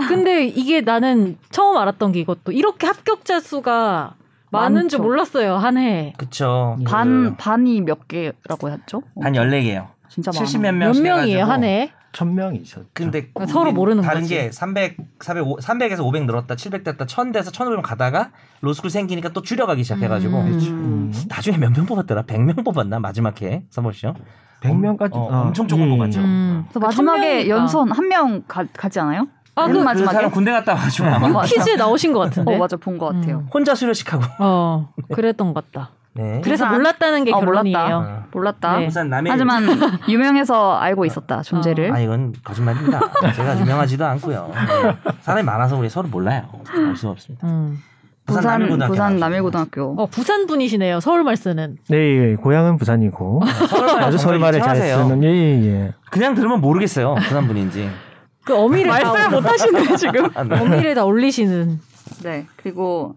근데 이게 나는 처음 알았던 게 이것도 이렇게 합격자 수가 많은 줄
많죠.
몰랐어요 한 해.
그쵸
반, 반이 몇 개라고 했죠? 어,
반 14개요
진짜 많아.
70 몇
몇
명씩
명이에요
해가지고.
한 해?
천 명이셨죠.
근데
그러니까 서로 모르는
다른
거지.
게 300, 400, 5, 300에서 500 늘었다 700 됐다 1000돼서 1500 가다가 로스쿨 생기니까 또 줄여가기 시작해가지고
음.
음.
나중에 몇 명 뽑았더라? 100명 뽑았나? 마지막 해에 서버시요
100명까지 아, 예,
어, 엄청 적은 것 같죠.
음.
그래서 마지막에
천명이니까.
연수원 한 명 가지 않아요?
아,
맨
그- 그
그
마지막에? 어,
사람 군대 갔다 와가지고 아마
맞아.
퀴즈에 나오신 것 같은데.
어, 맞아. 본 것 같아요.
음.
네. 혼자 수료식하고
어, 그랬던 것 같다.
네.
그래서
그래서
몰랐다는 게
아,
결론이에요.
몰랐다.
어.
몰랐다.
네.
부산 남해
하지만 유명해서 알고 있었다, 존재를.
아 이건 거짓말입니다. 제가 유명하지도 않고요. 네. 사람이 많아서 우리 서로 몰라요. 알 수 없습니다.
음.
부산 남일고등학교
부산
나오셨죠.
남일고등학교.
어, 부산 분이시네요. 서울말 쓰는.
네, 예, 고향은 부산이고 아주 서울 말을 잘
이상하세요.
쓰는 예, 예, 예.
그냥 들으면 모르겠어요. 부산 분인지.
그 어미를 말씀 못 하시네 지금.
아, 네.
어미를 다 올리시는.
네. 그리고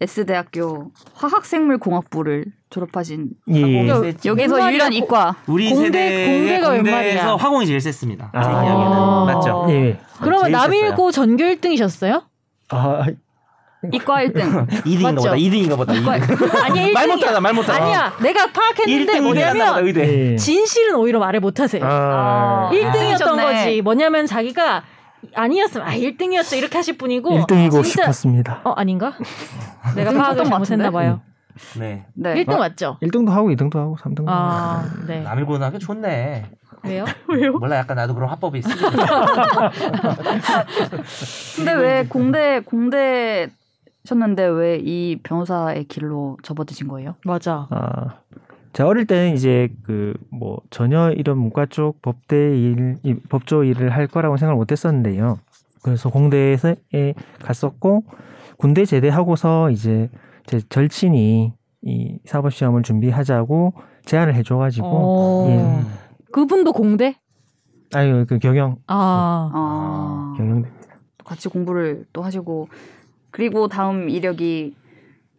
S대학교 화학생물공학부를 졸업하신
아,
예.
화공이 셌죠.
여기서
공학이라고-
유일한 이과.
우리
공대-
세대
공대가 웬 말이야.
공대에서 화공이 제일 셌습니다. 제
아.
기억에는 맞죠.
어.
예.
그러면
아, 제일
남일고 전교 1등이셨어요?
아,
이과 1등.
셌어요. 2등인가
맞죠?
보다. 2등인가 보다. 2등.
아니 1등이야.
말 못하다. 말 못하다. 네.
아니야. 내가 파악했는데
1등 의대한다. 보다,
뭐냐면
의대.
예.
진실은 오히려 말을 못하세요.
아,
아.
일 1등이었던
아,
거지. 뭐냐면 자기가 아니었으면 아 1등이었어 이렇게 하실 분이고 아,
일등이고
진짜-
싶었습니다.
어 아닌가? 내가
일등 쳤던 것
파악을
같은데?
잘못했나 봐요.
네.
네.
1등 맞죠?
일등도 하고 이등도 하고 삼등도 하고.
아, 네.
남일고등학교 좋네.
왜요?
몰라 약간 나도 그런 화법이 있어.
근데 왜 공대 공대셨는데 왜 이 변호사의 길로 접어드신 거예요?
맞아.
아, 제가 어릴 때는 이제 그 뭐 전혀 이런 문과 쪽 법대 일, 이- 법조 일을 할 거라고 생각을 못 했었는데요. 그래서 공대에 갔었고 군대 제대하고서 이제 제 절친이 이 사법 시험을 준비하자고 제안을 해줘가지고
어.
예.
그분도 공대?
아유 그 경영
아.
아,
경영대
같이 공부를 또 하시고 그리고 다음 이력이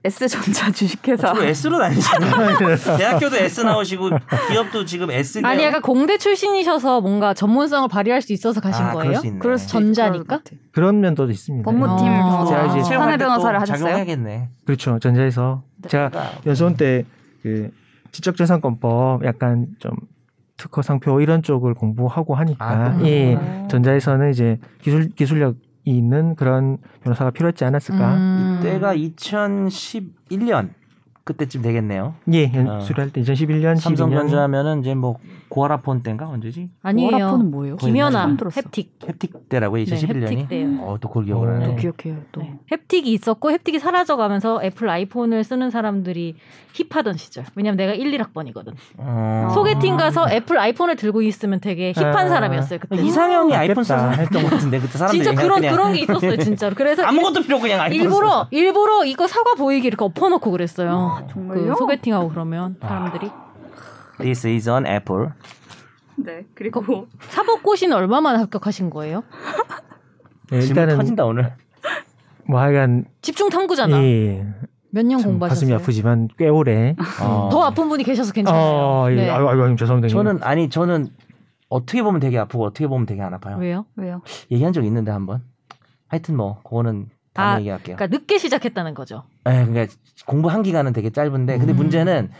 S전자 주식회사.
지금 S로 다니시잖아요. 대학교도 S 나오시고 기업도 지금 S.
네. 아니 약간 공대 출신이셔서 뭔가 전문성을 발휘할 수 있어서 가신
아, 그럴
거예요?
수 있네.
그럴 수
전자니까?
있을 것 같아.
그런 면도 있습니다.
법무팀
어.
변호사.
제가
아,
이제
채용할
사내
때또
변호사를 하셨어요?
작용해야겠네.
그렇죠 전자에서
네.
제가 연수원 때 그 지적재산권법 약간 좀 특허 상표 이런 쪽을 공부하고 하니까
아,
예
어.
전자에서는 이제 기술 기술력이 있는 그런 변호사가 필요했지 않았을까?
음.
이때가 2011년 그때쯤 되겠네요.
음.
예
어.
연수할 때 2011년, 12년
삼성전자면은 이제 뭐 고아라폰 때인가 언제지?
아니에요.
워라폰은 뭐예요?
김연아
처음 들었어.
햅틱.
햅틱 때라고
네,
2011년이.
햅틱 때요.
어, 또 그걸 기억을
또
하네.
기억해요. 또.
네. 햅틱이 있었고 햅틱이 사라져가면서 애플 아이폰을 쓰는 사람들이 힙하던 시절. 왜냐면 내가 1, 1학번이거든.
어.
소개팅 가서 애플 아이폰을 들고 있으면 되게 힙한
아.
사람이었어요 그때.
이상형이 아이폰
맞겠다.
써서 했던 것 같은데 그때 사람들이
진짜
그냥
그런
그냥
그런 게 있었어요 진짜로. 그래서
아무것도 필요 없고 그냥 아이폰
일부러 일부러 이거 사과 보이게 이렇게 엎어놓고 그랬어요.
정말요?
그 소개팅하고 그러면 사람들이
This is an apple.
네. 그리고
사법고시는 얼마만에 합격하신 거예요?
예,
질문
일단은
터진다 오늘.
뭐 하여간
집중
예,
탐구잖아.
예.
몇 년
참 가슴이
공부하셨어요?
아프지만 꽤 오래.
어.
더 아픈 분이 계셔서 괜찮아요.
어, 예.
네.
아유, 아유, 아유, 죄송합니다.
저는 아니 저는 어떻게 보면 되게 아프고 어떻게 보면 되게 안 아파요.
왜요?
왜요?
얘기한 적 있는데 한번. 하여튼 뭐 그거는 다음에
아,
얘기할게요.
그러니까 늦게 시작했다는 거죠.
예, 그러니까 공부한 기간은 되게 짧은데 근데
음.
문제는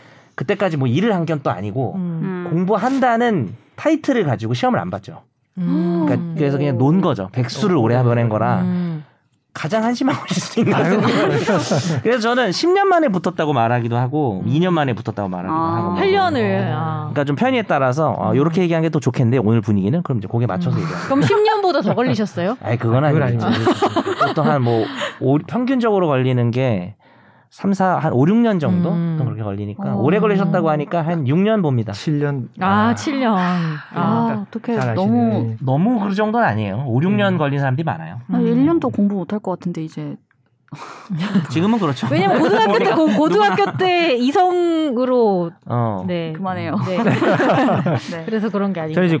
그때까지 뭐 일을 한 건 또 아니고
음.
음.
공부한다는 타이틀을 가지고 시험을 안 봤죠.
음.
그러니까 그래서 그냥 논 거죠. 백수를 오래 보낸 거라
음.
가장 한심한 것일 수도 있는
아유.
거죠. 그래서 저는 10년 만에 붙었다고 말하기도 하고
음.
2년 만에 붙었다고 말하기도
아.
하고 뭐.
팔년을 아.
그러니까 좀 편의에 따라서 어, 이렇게 얘기한 게 또 좋겠는데 오늘 분위기는 그럼 이제 거기에 맞춰서
음.
얘기해요.
그럼 10년보다 더 걸리셨어요?
아니 그건
아, 그건
아니죠. 보통 한뭐 평균적으로 걸리는 게 3, 4, 한 5, 6년 정도
음.
또 그렇게 걸리니까
어.
오래 걸리셨다고 하니까 한 6년 봅니다.
7년
아,
아.
7년. 아.
아, 어떻게
잘 아시네.
너무
너무 그 정도는 아니에요. 5, 6년 걸린 사람들이 많아요.
아,
음.
1년도 공부 못할 것 같은데 이제
지금은 그렇죠.
왜냐면 고등학교 때 고, 고등학교 때 이성으로
어.
네.
그만해요.
네.
네.
그래서 그런 게 아니에요.
저는 이제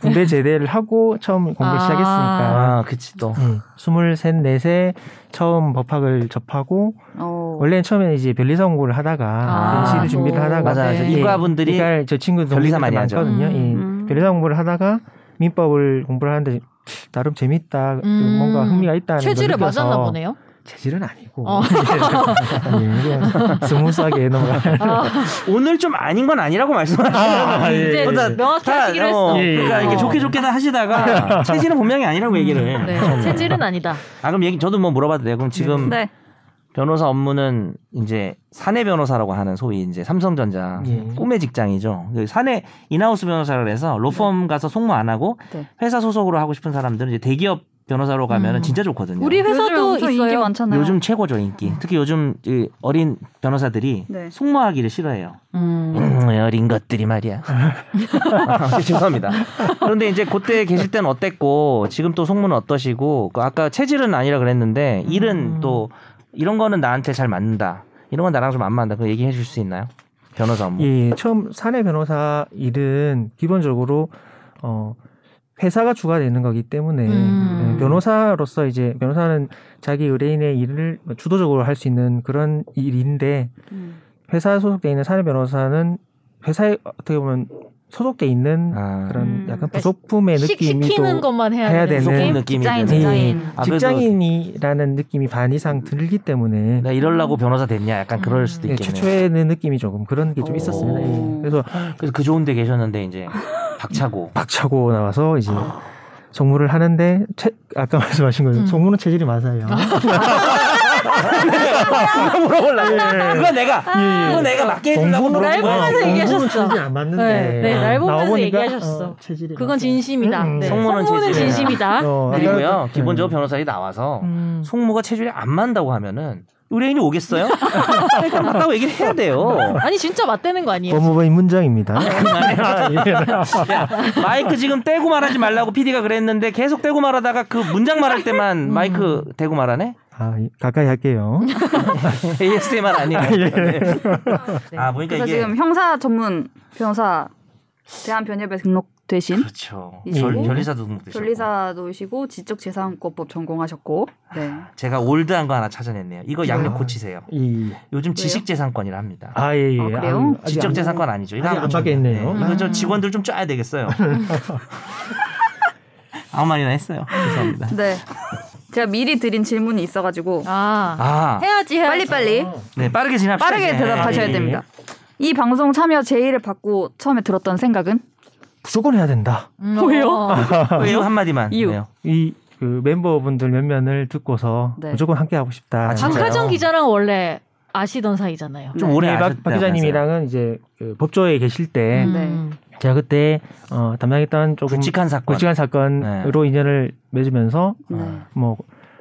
군대 제대를 하고 처음 공부를
네. 아.
시작했으니까
아, 그치 또.
음, 23, 4세 처음 법학을 접하고
어.
원래는 처음에 이제 변리사 공부를 하다가
아,
변시를 준비를
또.
하다가
맞아요.
네.
저 이과분들이
그러니까 저 친구도
변리사 많이 하죠.
많거든요. 예.
음.
변리사 공부를 하다가 민법을 공부를 하는데 나름 재밌다,
음.
뭔가 흥미가 있다는 걸
체질을
느껴서
맞았나 보네요.
체질은 아니고
어.
예, 그냥 스무스하게 넘어가.
오늘 좀 아닌 건 아니라고 말씀하시잖아요.
아, 예,
이제
예.
그러니까
명확히
다,
하시기로
어,
했어.
예, 예.
그러니까 이렇게
어.
좋게 좋게 다 하시다가 체질은 분명히 아니라고 얘기를.
네. 체질은 아니다.
아 그럼 얘기 저도 뭐 물어봐도 돼요. 그럼 지금
네.
변호사 업무는 이제 사내 변호사라고 하는 소위 이제 삼성전자
예.
꿈의 직장이죠. 그 사내 인하우스 변호사라 그래서 로펌 가서 송무 안 하고
네.
회사 소속으로 하고 싶은 사람들은 이제 대기업 변호사로 가면은
음.
진짜 좋거든요.
우리 음.
요즘
회사도
엄청 인기
있어요.
많잖아요.
요즘 최고죠 인기. 특히 요즘 이 어린 변호사들이
네.
송무하기를 싫어해요.
음.
음, 어린 것들이 말이야. 아, 죄송합니다. 그런데 이제 그때 계실 땐 어땠고 지금 또 속문은 어떠시고 그 아까 체질은 아니라 그랬는데 일은
음.
또 이런 거는 나한테 잘 맞는다. 이런 건 나랑 좀 안 맞는다. 그거 얘기해 줄 수 있나요? 변호사 업무.
예, 처음 사내 변호사 일은 기본적으로 어 회사가 주가 되는 거기 때문에
음.
예, 변호사로서 이제 변호사는 자기 의뢰인의 일을 뭐 주도적으로 할 수 있는 그런 일인데
음.
회사에 소속돼 있는 사내 변호사는 회사에 어떻게 보면 소속돼 있는
아,
그런
음.
약간 부속품의
식
네, 느낌이
시키는
또
것만 해야,
해야
되는
되는
느낌.
느낌이
직장인
드는.
직장인.
음.
아, 그래도
직장인이라는 느낌이 반 이상 들기 때문에
나 이럴라고 변호사 됐냐? 약간 그럴 수도
예,
네. 있겠네요.
최초에는 느낌이 조금 그런 게 좀
오.
있었습니다. 예. 그래서
그래서 그 좋은 데 계셨는데 이제 박차고
박차고 나와서 이제 정무를 하는데 체, 아까 말씀하신 거예요.
음.
정무는 체질이 맞아요.
물어볼라.
아, 예.
그건 내가 그건 내가 맞게 해주려고
공부는-
노력한 거야.
날 보면서
공부는
얘기하셨어.
체질이 안 맞는데 아,
네, 네, 날 보면서
나와보니까,
얘기하셨어.
어, 체질이
그건
맞아요.
진심이다.
음, 음.
네.
성모는
성모는
진심이다.
진심이다.
어, 아까
그리고요
그-
기본적으로
음.
변호사들이 나와서
음.
송무가 체질이 안 맞는다고 하면은 의뢰인이 오겠어요? 그러니까 맞다고 얘기를 해야 돼요.
아니 진짜 맞대는 거 아니에요?
법무부의 문정입니다. 아, 예.
마이크 지금 떼고 말하지 말라고 PD가 그랬는데 계속 떼고 말하다가 그 문장 말할 때만 마이크 대고 말하네?
아, 이- 가까이 할게요.
ASMR 아니에요.
예.
네.
아, 보니까
그래서
이게
지금 형사 전문 변호사 대한변협에 등록되신
그렇죠.
이제
변- 변리사도 등록되셨고
변리사도이시고 지적재산권법 전공하셨고 네.
제가 올드한 거 하나 찾아냈네요. 이거 양력
아.
고치세요.
이,
요즘 지식재산권이라 합니다.
아, 예, 예.
아, 그래요?
아유, 아직
지적재산권 아니죠. 이거
아직
안
안
고쳤네.
바뀌었네요.
네, 이거 저
음.
직원들 좀 짜야 되겠어요. 아무 말이나 했어요. 죄송합니다.
네. 제가 미리 드린 질문이 있어가지고
아,
아,
해야지 해야지. 어.
빨리빨리
네 빠르게 진압.
빠르게 대답하셔야
네.
됩니다. 이 방송 참여 제의를 받고 처음에 들었던 생각은
무조건 해야 된다.
음,
뭐예요?
어.
이유 한 마디만.
네. 이유.
네요.
이, 그 멤버분들 몇 면을 듣고서
네.
무조건 함께 하고 싶다.
아, 진짜요?
박하정 기자랑 원래 아시던 사이잖아요.
좀
네.
오래
예, 박,
아셨다면서요.
박 기자님이랑은 이제 그 법조에 계실 때
음.
제가 그때 어, 담당했던 조금
굵직한 사건. 아. 네.
굵직한 사건으로 인연을 맺으면서
네.
뭐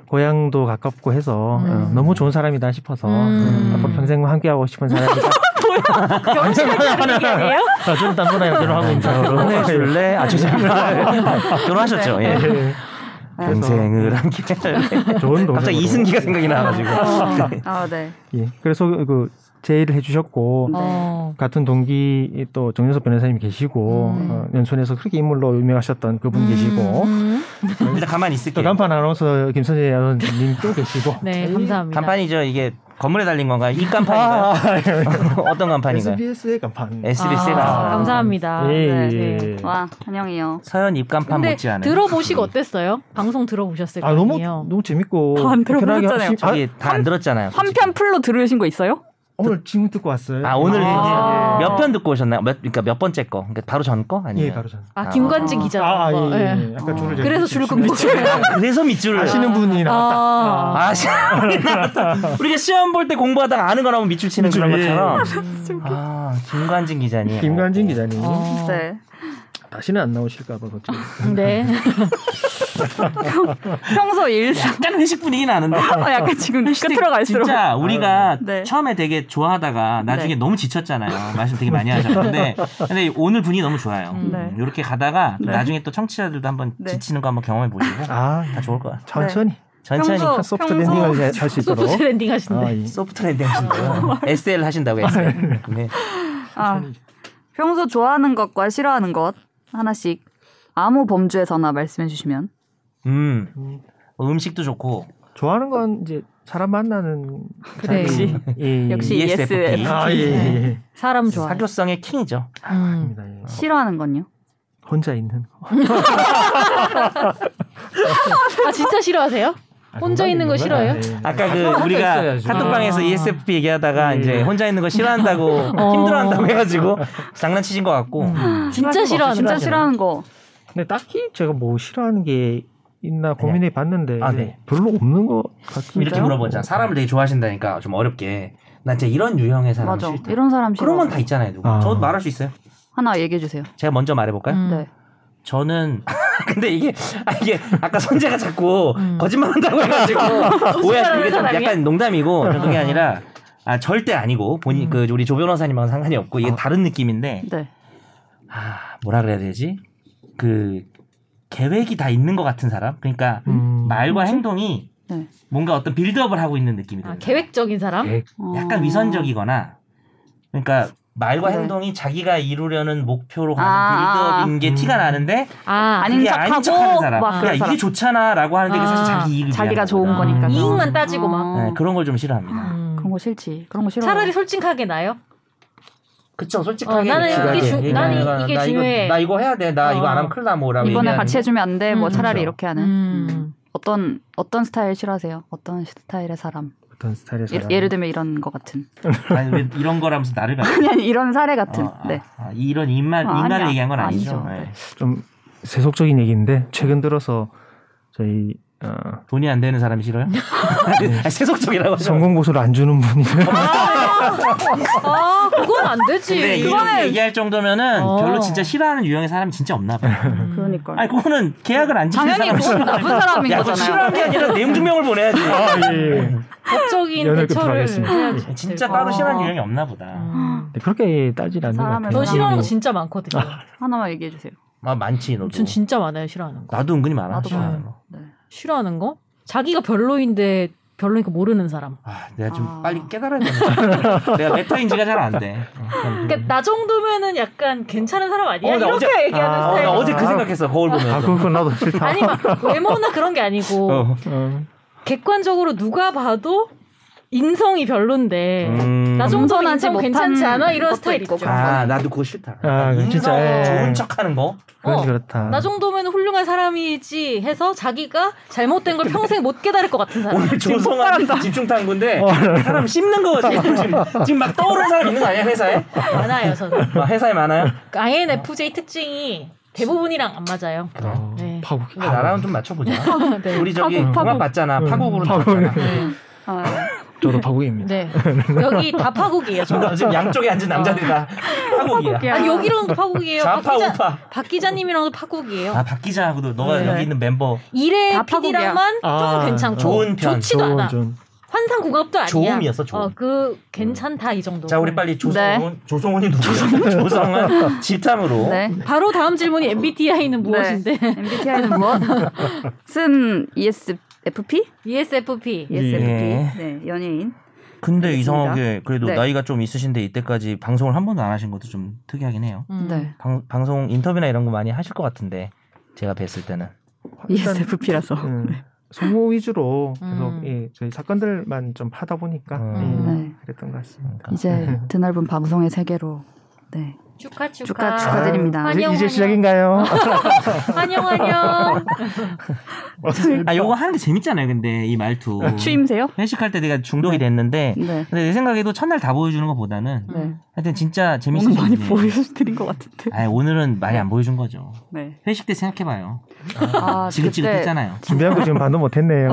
고향도 가깝고 해서
음.
어, 너무 좋은 사람이다 싶어서
음.
음, 앞으로 평생 함께하고 싶은 사람이다.
아니에요?
아, 저는 딴분에 결혼하고 있는 사람으로.
네. 줄래? 아 죄송합니다. 결혼하셨죠? 예.
예.
평생을 함께.
좋은 동생. 아.
갑자기 이승기가 생각이 나가지고.
아 네.
예. 그래서 그 제의를 해주셨고
네.
어.
같은 동기 또 정윤석 변호사님이 계시고
음.
어, 연촌에서 그렇게 인물로 유명하셨던 그분
음,
계시고
음.
일단 가만히
또
있을게요.
간판 아나운서 김선재 아나운서님도 계시고
네, 감사합니다.
간판이죠. 이게 건물에 달린 건가요? 이
아,
간판인가요?
예.
어떤 간판인가요?
SBS의 간판.
SBC가.
아, 감사합니다.
예,
네,
예.
네.
와 환영해요.
서현 입간판
근데
못지않은.
들어보시고 어땠어요? 방송 들어보셨을 거
아 너무
아니에요.
너무 재밌고
아, 안
편하게
들어보셨잖아요.
하시- 아,
저기 다 안 들었잖아요.
한편 풀로 들으신 거 있어요?
오늘 지금 듣고 왔어요.
아 오늘
아.
몇 편 듣고 오셨나요? 몇 그러니까 몇 번째 거? 그러니까 바로 전 거? 아니면
예 바로 전.
아 김관지
아,
기자.
아, 아,
거.
예, 예,
예.
예. 약간
어.
줄을
그래서
줄
줄을 끊고.
그래서 밑줄을
아시는 분이 나왔다.
아,
아, 시- 우리가 시험 볼 때 공부하다가 아는 거라면 밑줄 치는
밑줄,
그런
예.
것처럼. 아, 김관진 기자님.
김관진 기자님
어.
네.
다시는 안 나오실까봐 걱정.
네.
평소 일상
약간 회식 분위기 나는데.
어, 약간 지금 끝으로 갈수록
진짜 우리가
네.
처음에 되게 좋아하다가 나중에
네.
너무 지쳤잖아요. 말씀 되게 많이 하셨는데 근데 오늘 분위기 너무 좋아요.
네.
이렇게 가다가 또
네.
나중에 또 청취자들도 한번
네.
지치는 거 한번 경험해 보시고
아
다 좋을 것 같아요.
천천히
전천히
평소-
한 소프트
평소-
랜딩을 할 수 있도록.
어, 소프트 랜딩 하신데.
아, 예.
소프트 랜딩 하신다고
네.
SL 하신다고 SL. 네.
아, 평소 좋아하는 것과 싫어하는 것 하나씩 아무 범주에서나 말씀해 주시면
음
음,
음식도 좋고
좋아하는 건 이제 사람 만나는
그래. 네.
자기- 예, 예.
역시 E ESFP.
아 예.
네.
예, 예.
사람 좋아.
사교성의 킹이죠.
음.
입니다, 예.
싫어하는 건요?
혼자 있는 거.
아 진짜 싫어하세요?
아,
혼자
정말
있는 거
거야?
싫어요?
예, 예.
아까 그 우리가
있어야지.
카톡방에서 E
아.
ESFP 얘기하다가
예.
이제 혼자 있는 거 싫어한다고 힘들어한다고 해가지고 장난치신 것 같고
진짜 싫어하는
아, 진짜
거.
싫어하는 거.
근데 딱히 제가 뭐 싫어하는 게 있나 고민해 봤는데
아, 네.
별로 없는 것 같은데
이렇게 물어보자. 사람을 되게 좋아하신다니까 좀 어렵게. 나 진짜 이런 유형의 사람
맞아.
음. 싫다.
이런 사람 싫어.
그런 건 다 있잖아요. 누구.
아.
저 말할 수 있어요.
하나 얘기해 주세요.
제가 먼저 말해볼까요?
음.
네.
저는 근데 이게 아 이게 아까 선재가 자꾸
음.
거짓말한다고 해가지고 오해하시는 이게 좀
사람이야?
약간 농담이고 저는 그게 아니라 아 절대 아니고 본인 그 우리 조 변호사님하고 상관이 없고 이게 다른 느낌인데
네.
아 뭐라 그래야 되지 그 계획이 다 있는 것 같은 사람 그러니까
음.
말과 행동이
네.
뭔가 어떤 빌드업을 하고 있는 느낌이 들어요.
아, 계획적인 사람?
예.
계획.
어.
약간 위선적이거나 그러니까 말과
네.
행동이 자기가 이루려는 목표로 가는
아,
빌드업인 게
음.
티가 나는데
아,
아니,
그게
아닌 척하고
아닌 척하는 사람.
막
야
그런
이게
사람.
좋잖아라고 하는데 그게 사실
아,
자기 이익을
자기가
위한
좋은
거거든.
거니까.
이익만 따지고 막.
어.
네, 그런 걸 좀 싫어합니다.
음.
그런 거 싫지. 그런 거 싫어.
차라리 솔직하게 나요.
그쵸 솔직하게.
어, 나는
이게 주-
얘기하는
나는
거야.
이게
나 이거-
중요해.
나 이거 해야 돼. 나 이거
어.
안 하면 큰일 나 뭐라고.
이번에
얘기하는
같이 해주면 안 돼. 뭐
음,
차라리
그렇죠.
이렇게 하는. 음.
음.
어떤 어떤 스타일 싫어하세요? 어떤 스타일의 사람?
어떤 스타일의
그
예,
사람?
예를 들면 이런 거 같은.
아니 왜 이런 거라면서 나를 가.
아니 아니 이런 사례 같은.
어, 아,
네.
아, 이런 인말
아,
인간을
아니야.
얘기한 건 아니죠.
아니죠.
네.
좀 세속적인 얘기인데 최근 들어서 저희 어,
돈이 안 되는 사람이 싫어요? 아니, 세속적이라고 하죠.
네. 성공 보수를 안 주는 분이
아, 그건 안
근데
되지.
이렇게 얘기할 정도면은
어.
별로 진짜 싫어하는 유형의 사람이 진짜 없나
네.
봐요.
음.
그러니까.
아니 그거는 계약을 안 지키는
당연히
사람
그건 나쁜 사람인
야, 그거
거잖아요. 어.
싫어하는 게 아니라 내용 증명을 보내야지.
아, 예, 예.
법적인
연을 끊도록
대처를
하겠습니다.
해야지.
진짜
어.
따로 싫어하는 유형이 없나 보다.
음.
네, 그렇게 따질 않는 것
사람을
같아요.
전
음.
싫어하는 거
예.
진짜 많거든요.
하나만 얘기해 주세요.
아 많지 너도.
전 진짜 많아요, 싫어하는 거.
나도 은근히 많아.
나도
싫어하는
많아.
거.
네.
싫어하는 거? 자기가 별로인데 별로니까 모르는 사람.
아, 내가 좀
아.
빨리 깨달아야 되나? 내가 메타인지가 잘 안 돼.
그러니까 나 정도면은 약간 괜찮은 사람 아니야?
음. 어, 나
이렇게
어제-
얘기하는
아,
어,
스타일.
나 어제 그 생각했어. 거울 보면서.
아 그건 나도 싫다.
아니 막 외모나 그런 게 아니고
어.
어.
객관적으로 누가 봐도 인성이 별론데
음.
나 정도
겸손하지
인성
못한
괜찮지 않아 이런
것도
스타일
있고
있죠.
아, 나도 그거 싫다.
아,
인성
진짜, 예.
좋은 척하는 거.
그건
어,
그렇다.
나 정도면 훌륭한 사람이지 해서 자기가 잘못된 걸 평생 못 깨달을 것 같은
아,
사람.
오늘 조성한 집중 탐구인데 사람 씹는 거 지금 지금, 지금 막 떠오르는 사람 있는 거 아니야 회사에?
많아요 저는.
아, 회사에 많아요?
그 INFJ 특징이 대부분이랑 안 맞아요.
어,
네.
파국.
근데 나랑은 좀 맞춰보자. 우리 저기
파국, 파국.
종합 봤잖아.
음,
파국으로
파국.
나왔잖아.
아,
저도 파국입니다.
네. 여기 다 파국이에요. 저.
지금 양쪽에 앉은 남자들이 다 파국이야.
어. 파국이야.
아 여기랑도 파국이에요. 박
좌파
기자,
우파.
박 기자님이랑도 파국이에요.
아 박 기자하고도 너가
네.
여기 있는 멤버
일의
다 파국이야.
PD랑만
아,
좀 괜찮고
좋은 편.
좋지도 않아.
전
환상 궁합도 아니야.
조음이었어, 조음.
어, 그 괜찮다 이 정도.
자 우리
네.
빨리 조성훈 조성훈이 누구야? 조성훈 집탐으로
네.
바로 다음 질문이 MBTI는
네.
무엇인데?
MBTI는 무엇? 쓴 E ESFP?
ESFP.
E ESFP.
예.
네. 연예인.
근데
알겠습니다.
이상하게 그래도
네.
나이가 좀 있으신데 이때까지 방송을 한 번도 안 하신 것도 좀 특이하긴 해요.
음.
네.
방, 방송 인터뷰나 이런 거 많이 하실 것 같은데 제가 뵀을 때는
ESFP라서.
음, 성우 위주로
음.
계속 예, 저희 사건들만 좀 하다 보니까
음.
예,
네.
그랬던 것 같습니다.
그러니까.
이제 드넓은 방송의 세계로 네.
음.
축하
축하,
축하
축하드립니다.
아유,
환영,
이제
환영.
시작인가요?
네.
환영 환영.
아 요거 하는 게 재밌잖아요. 근데 이 말투
그렇죠. 추임새요?
회식할 때 내가 중독이 됐는데
네.
근데 내 생각에도 첫날 다 보여주는 것보다는
네.
하여튼 진짜 재밌을
오늘
수
많이
있네.
보여드린 것 같은데.
아 오늘은 많이 안 보여준 거죠.
네.
회식 때 생각해봐요.
아,
지긋지긋했잖아요.
준비한 거 지금 반도 못했네요.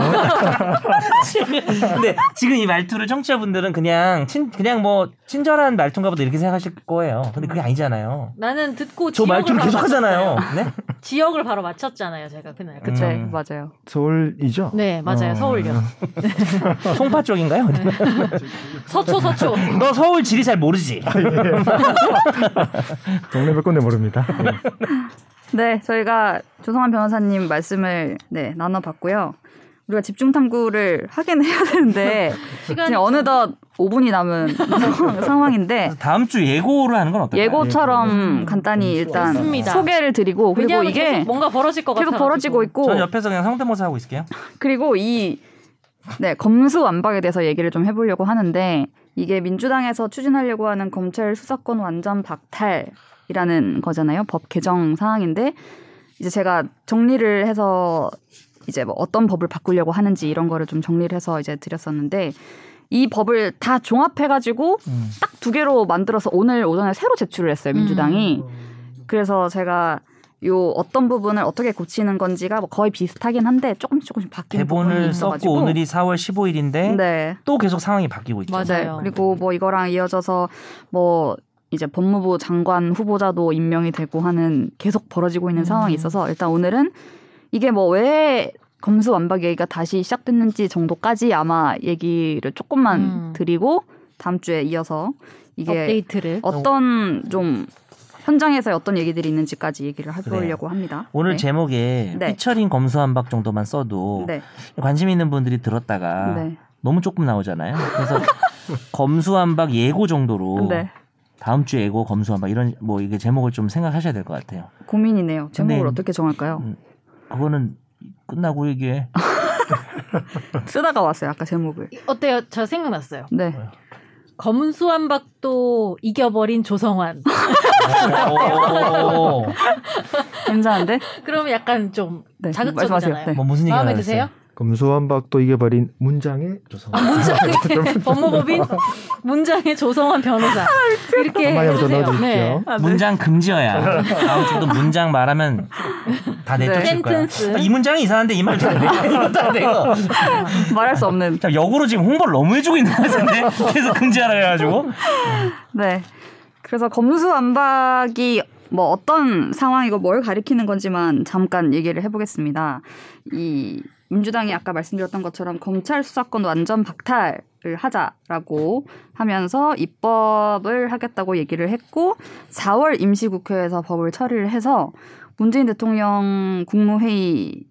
근데 지금 이 말투를 청취자분들은 그냥 친 그냥 뭐 친절한 말투인가 보다 이렇게 생각하실 거예요. 근데 그게 아니잖아요.
나는 듣고
저
지역을
말투를
바로
계속 하잖아요.
맞췄어요.
네?
지역을 바로 맞췄잖아요, 제가 그날.
음.
네, 맞아요.
서울이죠?
네, 맞아요.
어.
서울역.
송파 쪽인가요?
네.
서초 서초.
너 서울 지리 잘 모르지.
동네 몇 군데 모릅니다. 예.
네, 저희가 조성환 변호사님 말씀을 네, 나눠봤고요. 우리가 집중 탐구를 하긴 해야 되는데
시간이
지금 어느덧 5분이 남은 상황- 상황인데
다음 주 예고를 하는 건 어떨까요? 네.
예고처럼
음.
간단히 일단
있습니다.
소개를 드리고 그리고
왜냐하면
이게
계속 뭔가 벌어질 것 같아.
계속 벌어지고 있고
전 옆에서 그냥 성대모사 하고 있을게요.
그리고 이 네, 검수완박에 대해서 얘기를 좀 해보려고 하는데 이게 민주당에서 추진하려고 하는 검찰 수사권 완전 박탈이라는 거잖아요. 법 개정 사항인데 이제 제가 정리를 해서 이제 뭐 어떤 법을 바꾸려고 하는지 이런 거를 좀 정리를 해서 이제 드렸었는데 이 법을 다 종합해가지고
음.
딱 두 개로 만들어서 오늘 오전에 새로 제출을 했어요
음.
민주당이. 그래서 제가 요 어떤 부분을 어떻게 고치는 건지가 뭐 거의 비슷하긴 한데 조금씩 조금씩 바뀌는 음, 부분이
대본을 썼고
있어가지고
오늘이 4월 15일인데
네.
또 계속 상황이 바뀌고 있죠.
맞아. 맞아요.
네. 그리고 뭐 이거랑 이어져서 뭐 이제 법무부 장관 후보자도 임명이 되고 하는 계속 벌어지고 있는
음.
상황이 있어서 일단 오늘은 이게 뭐 왜 검수 완박 얘기가 다시 시작됐는지 정도까지 아마 얘기를 조금만
음.
드리고 다음 주에 이어서
예.
이게
업데이트를.
어떤 좀 현장에서 어떤 얘기들이 있는지까지 얘기를 해보려고 합니다.
오늘
네.
제목에
네.
피처링 검수한박 정도만 써도
네.
관심 있는 분들이 들었다가
네.
너무 조금 나오잖아요. 그래서 검수한박 예고 정도로
네.
다음 주 예고 검수한박 이런 뭐 이게 제목을 좀 생각하셔야 될 것 같아요.
고민이네요. 제목을
근데-
어떻게 정할까요?
그거는 끝나고 얘기해.
쓰다가 왔어요. 아까 제목을.
어때요? 저 생각났어요.
네.
검수한박도 이겨버린 조성환.
어.
오.
괜찮은데?
그러면 약간 좀
네,
자극적이잖아요.
말씀하세요. 네.
뭐 무슨 얘기
마음에 드세요?
검수완박도 이겨버린 문장의 조성. 아,
문장의 법무법인 문장의 조성환
아,
변호사 이렇게
네,
한마디 더
해주세요. 네.
넣어주십시오.
문장 금지어야. 다음 주도 문장 말하면 다 내쫓을
네.
거야.
센텐스.
이 문장이 이상한데 이 말도 안 돼. 이것도 안 돼요.
말할 수 없는.
자, 역으로 지금 홍보를 너무 해주고 있는 것 같은데 계속 금지하라 해가지고
네. 그래서 검수완박이 뭐 어떤 상황이고 뭘 가리키는 건지만 잠깐 얘기를 해보겠습니다. 이 민주당이 아까 말씀드렸던 것처럼 검찰 수사권 완전 박탈을 하자라고 하면서 입법을 하겠다고 얘기를 했고 4월 임시국회에서 법을 처리를 해서 문재인 대통령 국무회의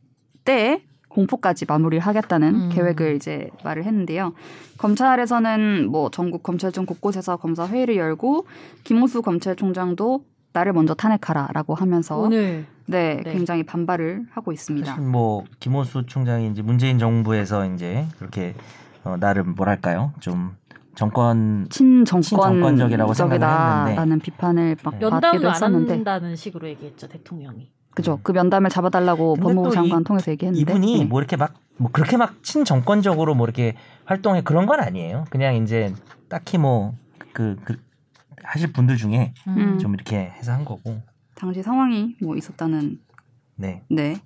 때 공포까지 마무리하겠다는
음.
계획을 이제 말을 했는데요. 검찰에서는 뭐 전국 검찰청 곳곳에서 검사 회의를 열고 김호수 검찰총장도 나를 먼저 탄핵하라라고 하면서
오늘
네,
네.
굉장히 반발을 하고 있습니다.
사실 뭐 김호수 총장이 이제 문재인 정부에서 이제 그렇게 어, 나름 뭐랄까요 좀 정권
음,
친정권적이라고 생각을
친정권적이다라는 비판을 막
네.
면담도
받기도
안
했었는데
한다는 식으로 얘기했죠 대통령이.
그죠 그 면담을 잡아달라고
근데
법무부
또
장관
이-
통해서 얘기했는데
이분이
네.
뭐 이렇게 막 뭐 그렇게 막 친정권적으로 뭐 이렇게 활동해 그런 건 아니에요 그냥 이제 딱히 뭐 그 그, 하실 분들 중에
음.
좀 이렇게 해서 한 거고
당시 상황이 뭐 있었다는
네
네.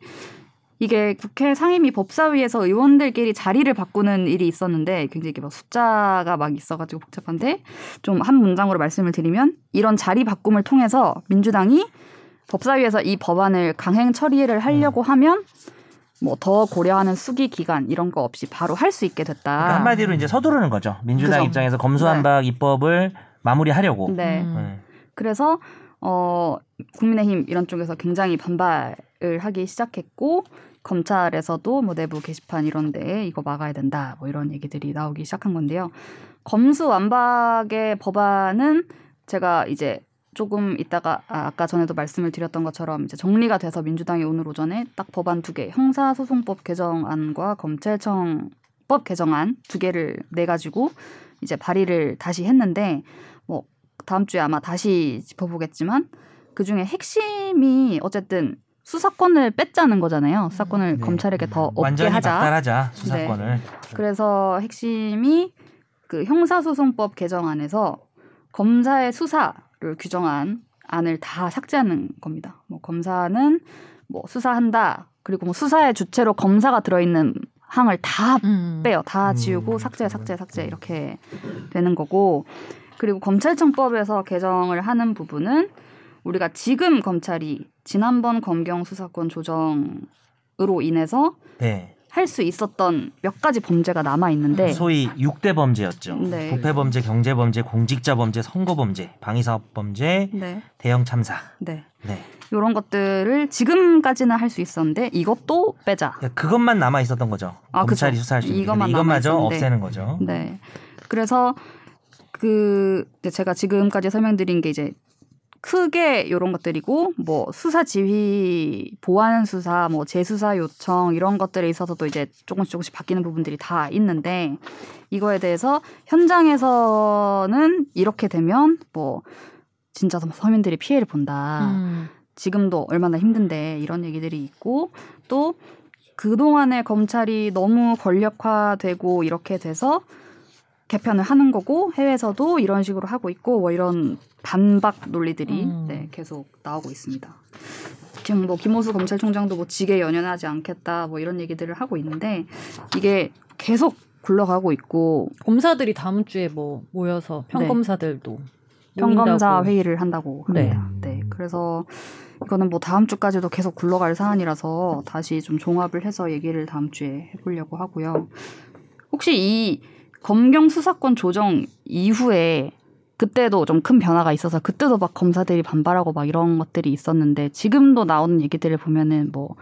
이게 국회 상임위 법사위에서 의원들끼리 자리를 바꾸는 일이 있었는데 굉장히 이게 막 숫자가 막 있어가지고 복잡한데 좀 한 문장으로 말씀을 드리면 이런 자리 바꿈을 통해서 민주당이 법사위에서 이 법안을 강행 처리를 하려고
음.
하면 뭐 더 고려하는 수기 기간 이런 거 없이 바로 할 수 있게
그러니까
됐다.
한마디로 이제 서두르는 거죠 민주당
아. 그죠.
입장에서 검수한박 입법을 마무리하려고
네.
음.
네.
그래서 어 국민의힘 이런 쪽에서 굉장히 반발을 하기 시작했고 검찰에서도 뭐 내부 게시판 이런데 이거 막아야 된다 뭐 이런 얘기들이 나오기 시작한 건데요. 검수 완박의 법안은 제가 이제 조금 있다가 아, 아까 전에도 말씀을 드렸던 것처럼 이제 정리가 돼서 민주당이 오늘 오전에 딱 법안 두 개, 형사소송법 개정안과 검찰청법 개정안 두 개를 내 가지고 이제 발의를 다시 했는데 뭐 다음 주에 아마 다시 짚어보겠지만 그 중에 핵심이 어쨌든 수사권을 뺏자는 거잖아요. 수사권을 검찰에게 더 없게
네. 완전히
하자.
박탈하자 수사권을.
그래서 핵심이 그 형사소송법 개정안에서 검사의 수사를 규정한 안을 다 삭제하는 겁니다. 뭐 검사는 뭐 수사한다. 그리고 뭐 수사의 주체로 검사가 들어있는 항을 다
음.
빼요. 다
음,
지우고 삭제,
그렇구나.
삭제, 삭제 이렇게 되는 거고 그리고 검찰청법에서 개정을 하는 부분은 우리가 지금 검찰이 지난번 검경 수사권 조정으로 인해서
네.
할 수 있었던 몇 가지 범죄가 남아 있는데
음, 소위 6대 범죄였죠.
네.
부패 범죄, 경제 범죄, 공직자 범죄, 선거 범죄, 방위 사업 범죄,
네.
대형 참사.
네.
네.
요런 것들을 지금까지는 할 수 있었는데 이것도 빼자.
그러니까 그것만 남아 있었던 거죠.
아,
검찰이
그쵸.
수사할 수 있는
이것만
게. 근데 이것마저
남아있었는데.
없애는 거죠.
네. 그래서 그 이제 제가 지금까지 설명드린 게 이제 크게 요런 것들이고 뭐 수사 지휘, 보안 수사, 뭐 재수사 요청 이런 것들에 있어서도 이제 조금씩 조금씩 바뀌는 부분들이 다 있는데 이거에 대해서 현장에서는 이렇게 되면 뭐 진짜 뭐 서민들이 피해를 본다.
음.
지금도 얼마나 힘든데 이런 얘기들이 있고 또 그동안에 검찰이 너무 권력화되고 이렇게 돼서 개편을 하는 거고 해외에서도 이런 식으로 하고 있고 뭐 이런 반박 논리들이
음.
네, 계속 나오고 있습니다. 지금 뭐 김호수 검찰총장도 뭐 직에 연연하지 않겠다 뭐 이런 얘기들을 하고 있는데 이게 계속 굴러가고 있고
검사들이 다음 주에 뭐 모여서 평검사들도
네. 평검사
모인다고.
회의를 한다고 합니다. 네. 그래서 이거는 뭐 다음 주까지도 계속 굴러갈 사안이라서 다시 좀 종합을 해서 얘기를 다음 주에 해보려고 하고요. 혹시 이 검경 수사권 조정 이후에 그때도 좀 큰 변화가 있어서 그때도 막 검사들이 반발하고 막 이런 것들이 있었는데 지금도 나오는 얘기들을 보면은 뭐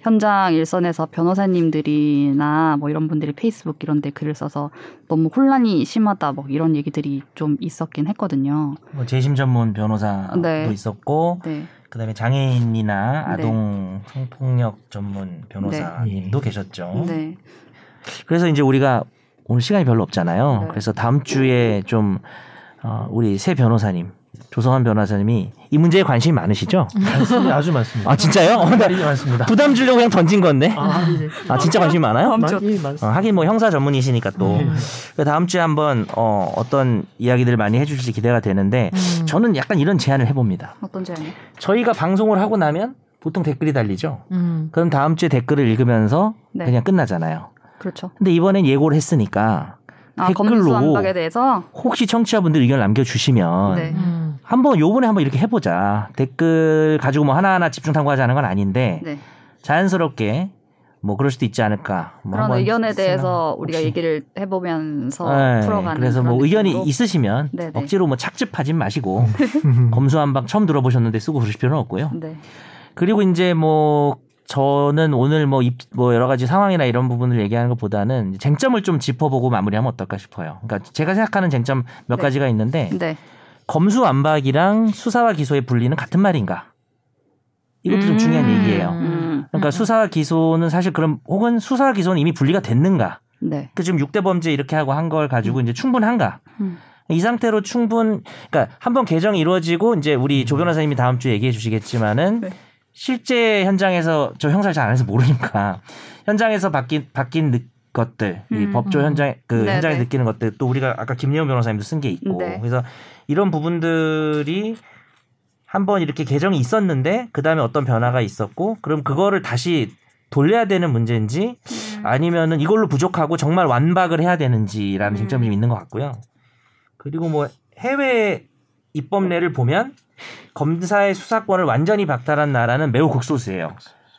현장 일선에서 변호사님들이나 뭐 이런 분들이 페이스북 이런 데 글을 써서 너무 혼란이 심하다 뭐 이런 얘기들이 좀 있었긴 했거든요.
뭐 재심 전문 변호사도
네.
있었고
네.
그다음에 장애인이나
네.
아동 성폭력 전문 변호사님도 계셨죠.
네.
그래서 이제 우리가 오늘 시간이 별로 없잖아요.
네.
그래서 다음 주에 좀 어, 우리 새 변호사님 조성환 변호사님이 이 문제에 관심이 많으시죠?
음.
말씀이 아주 많습니다.
아 진짜요? 어, 나
말이 많습니다.
부담 주려고 그냥 던진 건데.
아, 예.
아 진짜 관심 많아요?
다음 주
많이 많습니다.
어, 하긴 뭐 형사 전문이시니까 또
네.
그래서 다음 주에 한번 어, 어떤 이야기들을 많이 해주실지 기대가 되는데
음.
저는 약간 이런 제안을 해봅니다.
어떤 제안이?
저희가 방송을 하고 나면 보통 댓글이 달리죠.
음.
그럼 다음 주에 댓글을 읽으면서
네.
그냥 끝나잖아요.
그렇죠.
근데 이번엔 예고를 했으니까
아,
댓글로
검수완박에 대해서
혹시 청취자분들 의견 남겨주시면
네.
음.
한번 요번에 한번 이렇게 해보자. 댓글 가지고 뭐 하나하나 집중 탐구하자는 건 아닌데
네.
자연스럽게 뭐 그럴 수도 있지 않을까. 뭐
그런
한번
의견에 대해서
생각-
우리가
혹시-
얘기를 해보면서
네,
풀어가는
그래서
그런
뭐 의견이
느낌으로.
있으시면
네, 네.
억지로 뭐 착즙하진 마시고 검수한방 처음 들어보셨는데 쓰고 그러실 필요는 없고요.
네.
그리고 이제 뭐 저는 오늘 뭐, 입, 뭐 여러 가지 상황이나 이런 부분을 얘기하는 것보다는 쟁점을 좀 짚어보고 마무리하면 어떨까 싶어요. 그러니까 제가 생각하는 쟁점 몇
네.
가지가 있는데
네.
검수완박이랑 수사와 기소의 분리는 같은 말인가? 이것도 좀
음.
중요한 얘기예요.
음.
그러니까 수사와 기소는 사실 그럼 혹은 수사와 기소는 이미 분리가 됐는가?
네.
그 지금 6대 범죄 이렇게 하고 한 걸 가지고 이제 충분한가?
음.
이 상태로 충분 그러니까 한번 개정이 이루어지고 이제 우리 조 변호사님이 다음 주에 얘기해 주시겠지만은
네.
실제 현장에서 저 형사를 잘 안 해서 모르니까 현장에서 바뀐 바뀐 느- 것들 이
음.
법조 현장 그
네,
현장에
네.
느끼는 것들 또 우리가 아까 김예원 변호사님도 쓴 게 있고
네.
그래서 이런 부분들이 한번 이렇게 개정이 있었는데 그다음에 어떤 변화가 있었고 그럼 그거를 다시 돌려야 되는 문제인지 아니면은 이걸로 부족하고 정말 완박을 해야 되는지라는
음.
쟁점이 좀 있는 것 같고요. 그리고 뭐 해외 입법례를 보면 검사의 수사권을 완전히 박탈한 나라는 매우 극소수예요.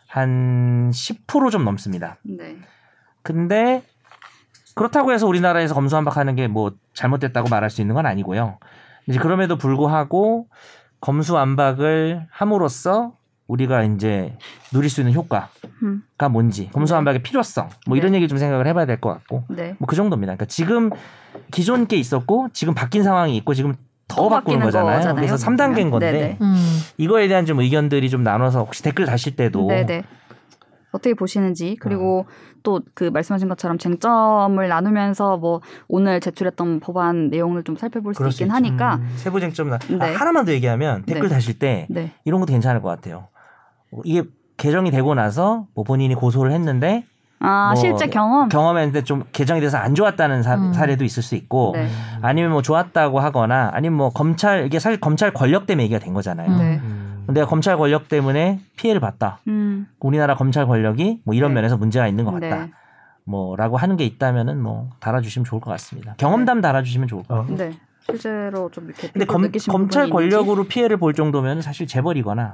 한 10%좀 넘습니다.
네.
근데 그렇다고 해서 우리나라에서 검수완박하는 게 뭐 잘못됐다고 말할 수 있는 건 아니고요. 이제 그럼에도 불구하고 검수완박을 함으로써 우리가 이제 누릴 수 있는 효과가
음.
뭔지 검수완박의 필요성 뭐 이런
네.
얘기 좀 생각을 해봐야 될 것 같고
네.
뭐 그 정도입니다. 그러니까 지금 기존 게 있었고 지금 바뀐 상황이 있고 지금 더
또
바꾸는
바뀌는
거잖아요.
거잖아요,
그래서
지금.
3단계인 건데
네네.
음.
이거에 대한 좀 의견들이 좀 나눠서 혹시 댓글 다실 때도
네네. 어떻게 보시는지 그리고
네.
또 그 말씀하신 것처럼 쟁점을 나누면서 뭐 오늘 제출했던 법안 내용을 좀 살펴볼 수
그럴 수
있긴
있죠.
하니까
음, 세부 쟁점 나 아,
네.
하나만 더 얘기하면 댓글
네.
다실 때
네.
이런 것도 괜찮을 것 같아요. 어, 이게 개정이 되고 나서 뭐 본인이 고소를 했는데
아
뭐
실제 경험.
경험했는데 좀 개정이 돼서 안 좋았다는 사,
음.
사례도 있을 수 있고
네.
아니면 뭐 좋았다고 하거나 아니면 뭐 검찰 이게 사실 검찰 권력 때문에 얘기가 된 거잖아요.
음.
네.
내가 검찰 권력 때문에 피해를 봤다.
음.
우리나라 검찰 권력이 뭐 이런
네.
면에서 문제가 있는 것
네.
같다. 뭐라고 하는 게 있다면은 뭐 달아주시면 좋을 것 같습니다. 경험담 달아주시면 좋을 것
어.
같아요.
네. 실제로 좀 이렇게
근데
또
검,
느끼신
검찰
부분이 있는지.
권력으로 피해를 볼 정도면 사실 재벌이거나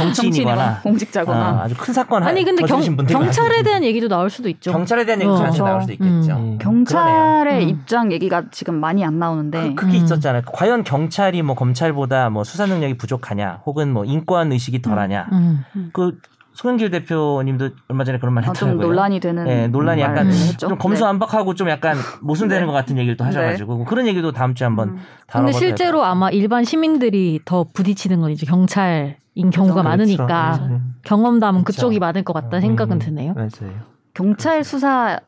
정치인이거나
공직자거나
아, 아주 큰 사건
아니 근데 경,
저지르신 분들이
경찰에
많아요.
대한 얘기도 나올 수도 있죠.
경찰에 대한 얘기
어,
자주 나올 수도 있겠죠.
음.
경찰의
음.
입장 얘기가 지금 많이 안 나오는데
그, 게
음.
있었잖아요. 과연 경찰이 뭐 검찰보다 뭐 수사 능력이 부족하냐, 혹은 뭐 인권 의식이 덜하냐.
음.
그 송영길 대표님도 얼마 전에 그런 말
아, 좀
했더라고요.
논란이 되는
예,
말을
논란이 약간
했죠.
좀 검수안박하고 좀 약간 모순되는
네.
것 같은 얘기를 또 하셔가지고 뭐 그런 얘기도 다음 주에 한번
음.
다뤄봐도
근데 실제로 아마 일반 시민들이 더 부딪히는 건 이제
그렇죠.
경찰인 경우가 많으니까
음.
경험담은
그쵸.
그쪽이 많을 것 같다는 생각은 드네요.
맞아요.
경찰 수사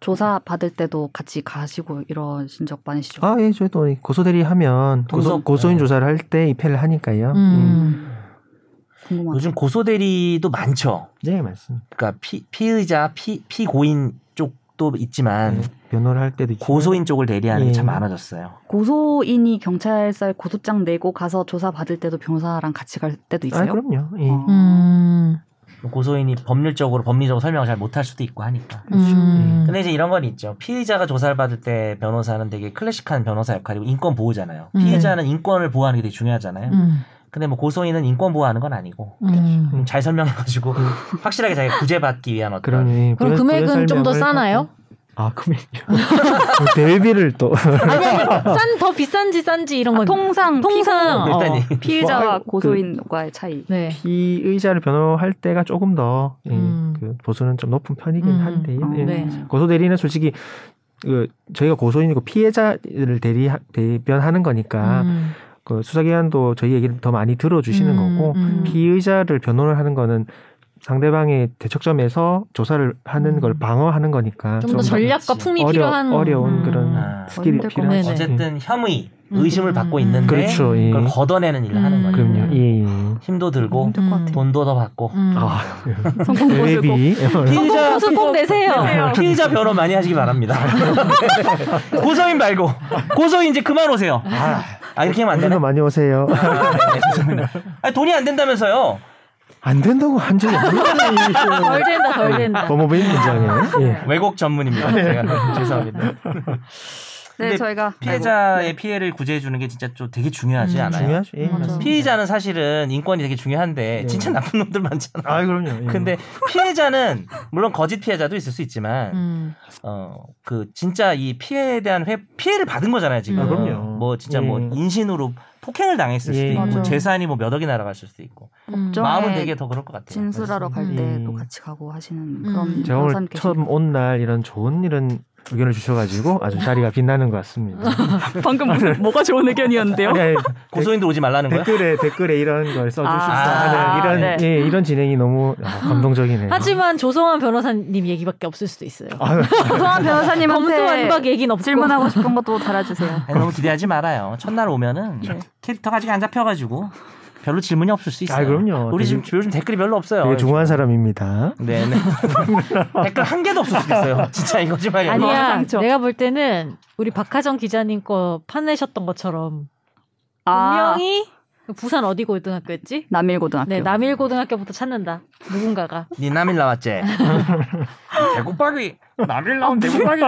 조사 받을 때도 같이 가시고 이러신 적 많으시죠?
아, 예, 저희도 고소 대리하면 고소, 네.
분석.
고소인 조사를 할 때 입회를 하니까요.
음.
궁금하다.
요즘 고소대리도 많죠.
네, 맞습니다.
그러니까 피, 피의자, 피, 피고인 쪽도 있지만
네, 변호를 할 때도 있고.
고소인 쪽을 대리하는 게 참
예.
많아졌어요.
고소인이 경찰서에 고소장 내고 가서 조사 받을 때도 변호사랑 같이 갈 때도
아,
있어요?
그럼요. 예.
어.
음.
고소인이 법률적으로 법리적으로 설명을 잘 못할 수도 있고 하니까.
그렇죠. 예.
음.
근데 이제 이런 건 있죠. 피의자가 조사를 받을 때 변호사는 되게 클래식한 변호사 역할이고 인권 보호잖아요.
음.
피의자는 인권을 보호하는 게 되게
예.
중요하잖아요.
음.
근데 뭐 고소인은 인권 보호하는 건 아니고
음.
그렇죠.
음, 잘 설명해가지고 확실하게 자기가 구제받기 위한 어떤
그럼요. 예.
그럼
부연-
금액은
부연
좀 더
설명을
싸나요?
받고. 아, 금액이요. 뭐 대비를 또.
아니, 아니, 싼, 더 비싼지 싼지
아,
이런 건.
아, 통상
통상.
피고-
어.
일단 이-
피의자와
와, 그-
고소인과의 차이.
네.
피의자를 변호할 때가 조금 더 예,
음.
그 보수는 좀 높은 편이긴
음.
한데
어,
예.
네.
고소 대리는 솔직히 그 저희가 고소인이고 피해자를 대리 대변하는 거니까
음.
그 수사기관도 저희 얘기를 더 많이 들어주시는
음,
거고
음.
피의자를 변호를 하는 거는 상대방의 대척점에서 조사를 하는
음.
걸 방어하는 거니까
좀더
좀
전략과
그렇지.
품이
어려-
필요한. 음.
어려운 그런
아,
스킬이 예.
힘들 것
필요하지.
같아요.
어쨌든 혐의,
음.
의심을 받고
음.
있는데
그렇죠. 예.
그걸 걷어내는 일을 하는 거예요.
그럼요. 예. 예.
힘도 들고
힘들 것 같아요.
돈도 더 받고.
음.
아, 네.
성공 고소고.
대비. 어.
피의자
성공 꼭
네.
내세요.
피의자 변호 많이 하시기 바랍니다. 고소인 말고 고소인 이제 그만 오세요. 아, 이렇게 하면 안
오늘도
되나?
많이 오세요.
아, 돈이 안 된다면서요?
안 된다고 한 적이 없는데.
덜 된다, 덜 된다.
법무부인 문장에. 예.
왜곡 전문입니다. 제가 죄송합니다.
네,
근데
저희가
피해자의 피해를 구제해 주는 게 진짜 좀 되게 중요하지
음,
않아요?
중요하죠. 예.
맞아.
맞습니다.
피의자는 사실은 인권이 되게 중요한데
네.
진짜 나쁜 놈들 많잖아. 네.
아, 그럼요. 예.
근데 피해자는 물론 거짓 피해자도 있을 수 있지만
음.
어 그 진짜 이 피해에 대한 회, 피해를 받은 거잖아요 지금.
아,
음. 그럼요.
뭐 진짜 뭐
예.
인신으로 폭행을 당했을 수도
예.
있고
맞아요.
재산이 뭐 몇 억이 날아갔을 수도 있고
음.
걱정?
마음은
네.
되게 더 그럴 것 같아요.
진술하러 갈
맞습니다.
때도
음.
같이 가고 하시는 그런
음.
제가 오늘
변호사님 계신
처음 온 날 이런 좋은 이런 의견을 주셔가지고 아주 자리가 빛나는 것 같습니다.
방금 무슨 뭐가 좋은 의견이었는데요?
아니, 아니,
고소인들 오지 말라는 거야?
댓글에 댓글에 이런 걸 써주셨다
아,
하는 이런
네.
예, 이런 진행이 너무 아, 감동적이네요.
하지만 조성환 변호사님 얘기밖에 없을 수도 있어요.
아유,
조성한
검수완박
변호사님한테
얘기는 없고.
질문하고 싶은 것도 달아주세요.
아니, 너무 기대하지 말아요. 첫날 오면은
네.
캐릭터가 아직 안 잡혀가지고 별로 질문이 없을 수 있어요.
아, 그럼요.
우리
되게-
지금 요즘 댓글이 별로 없어요.
되게 중요한 사람입니다.
네, 네. 댓글 한 개도 없을 수도 있어요. 뭐 진짜 이거 지말이
마음
아니야.
상처.
내가 볼 때는 우리 박하정 기자님 거 파내셨던 것처럼
아,
분명히 부산 어디 고등학교였지?
남일고등학교.
네, 남일 고등학교부터 찾는다. 누군가가.
니 남일 나왔지? 대구박이 남일 나온 대구박이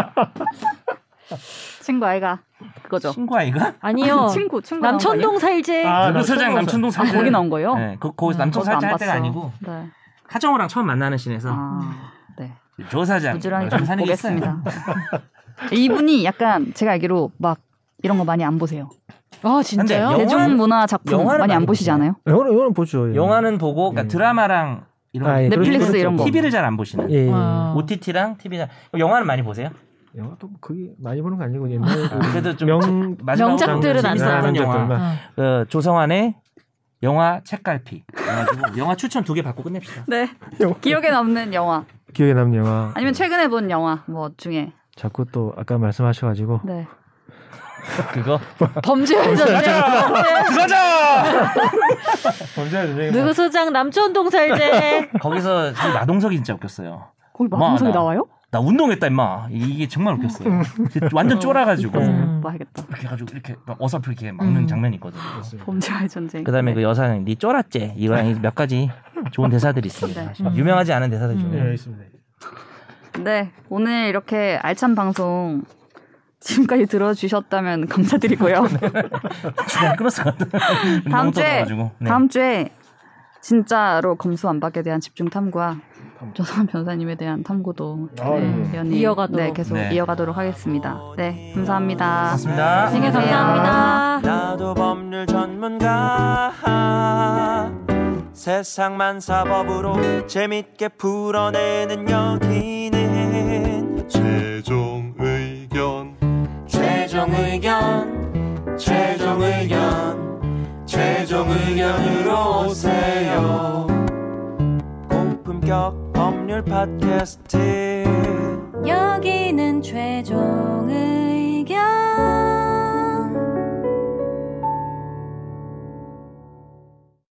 친구 아이가 그거죠.
친구 아이가?
아니요.
친구 친구
남천동 살제.
누구 서장 남천동
아, 거기 나온 음, 거예요?
네, 그, 거기서 남천
저도 안
살짝 할 때가
봤어요.
아니고
네.
하정우랑 처음 만나는 씬에서
아, 네.
조 사장
부지런히
무슨
좀
사는 게 네, 있어요?
보겠습니다. 이분이 약간 제가 알기로 막 이런 거 많이 안 보세요.
아 진짜요?
근데 영화-
대중 문화 작품
영화는
많이 안
많이
보시지
보시나요?
않아요?
영화는, 영화는 보죠.
네.
예.
영화는 보고 그러니까
예.
드라마랑 이런
아, 예,
거.
넷플릭스 이런 거. 어.
TV를 잘 안 보시는.
예.
와.
음, OTT랑 TV랑 영화는 많이 보세요?
영화도 그게 많이 보는 거 아니고 옛날에
아, 그래도 좀
명
마지막으로
명작들은
좀
안
재밌었던
나오는
영화.
것들만.
아.
그 조성환의 영화 책갈피. 그래가지고 영화 추천 두 개 받고 끝냅시다.
네. 기억에 남는 영화
기억에 남는 영화
아니면
음.
최근에 본 영화 뭐 중에
자꾸 또 아까 말씀하셔가지고
네.
그거
범죄자
들어가자.
범죄자 전쟁
누구 소장 남초운동살제
거기서 참 나동석이 진짜 웃겼어요.
거기
마, 마동석이 나.
나와요?
나 운동했다 임마. 이게 정말 웃겼어요. 완전 쫄아가지고
음.
못 봐야겠다.
이렇게 가지고 이렇게 막 어설프 이렇게 막는
음.
장면이 있거든요.
범죄와의 전쟁.
그다음에
네.
그 여사는 니 쫄았제 이거랑 몇 가지 좋은 대사들이 있습니다.
네.
사실. 유명하지 않은 대사들 중에
네, 있습니다.
네, 오늘 이렇게 알찬 방송 지금까지 들어주셨다면 감사드리고요.
그냥 끊었을 것 같아.
다음
너무
주에
떠들어가지고. 네.
다음 주에 진짜로 검수완박에 대한 집중 탐구와 조선 변사님에 대한 탐구도
아,
네,
네.
연이-
이어가도록.
네, 계속
네.
이어가도록 하겠습니다. 네, 감사합니다.
고맙습니다.
생일
감사합니다.
나도 법률 전문가 세상만 사법으로 재밌게 풀어내는 여기는
최종 의견
최종 의견 최종 의견 최종 의견으로 오세요 고품격 법률 팟캐스트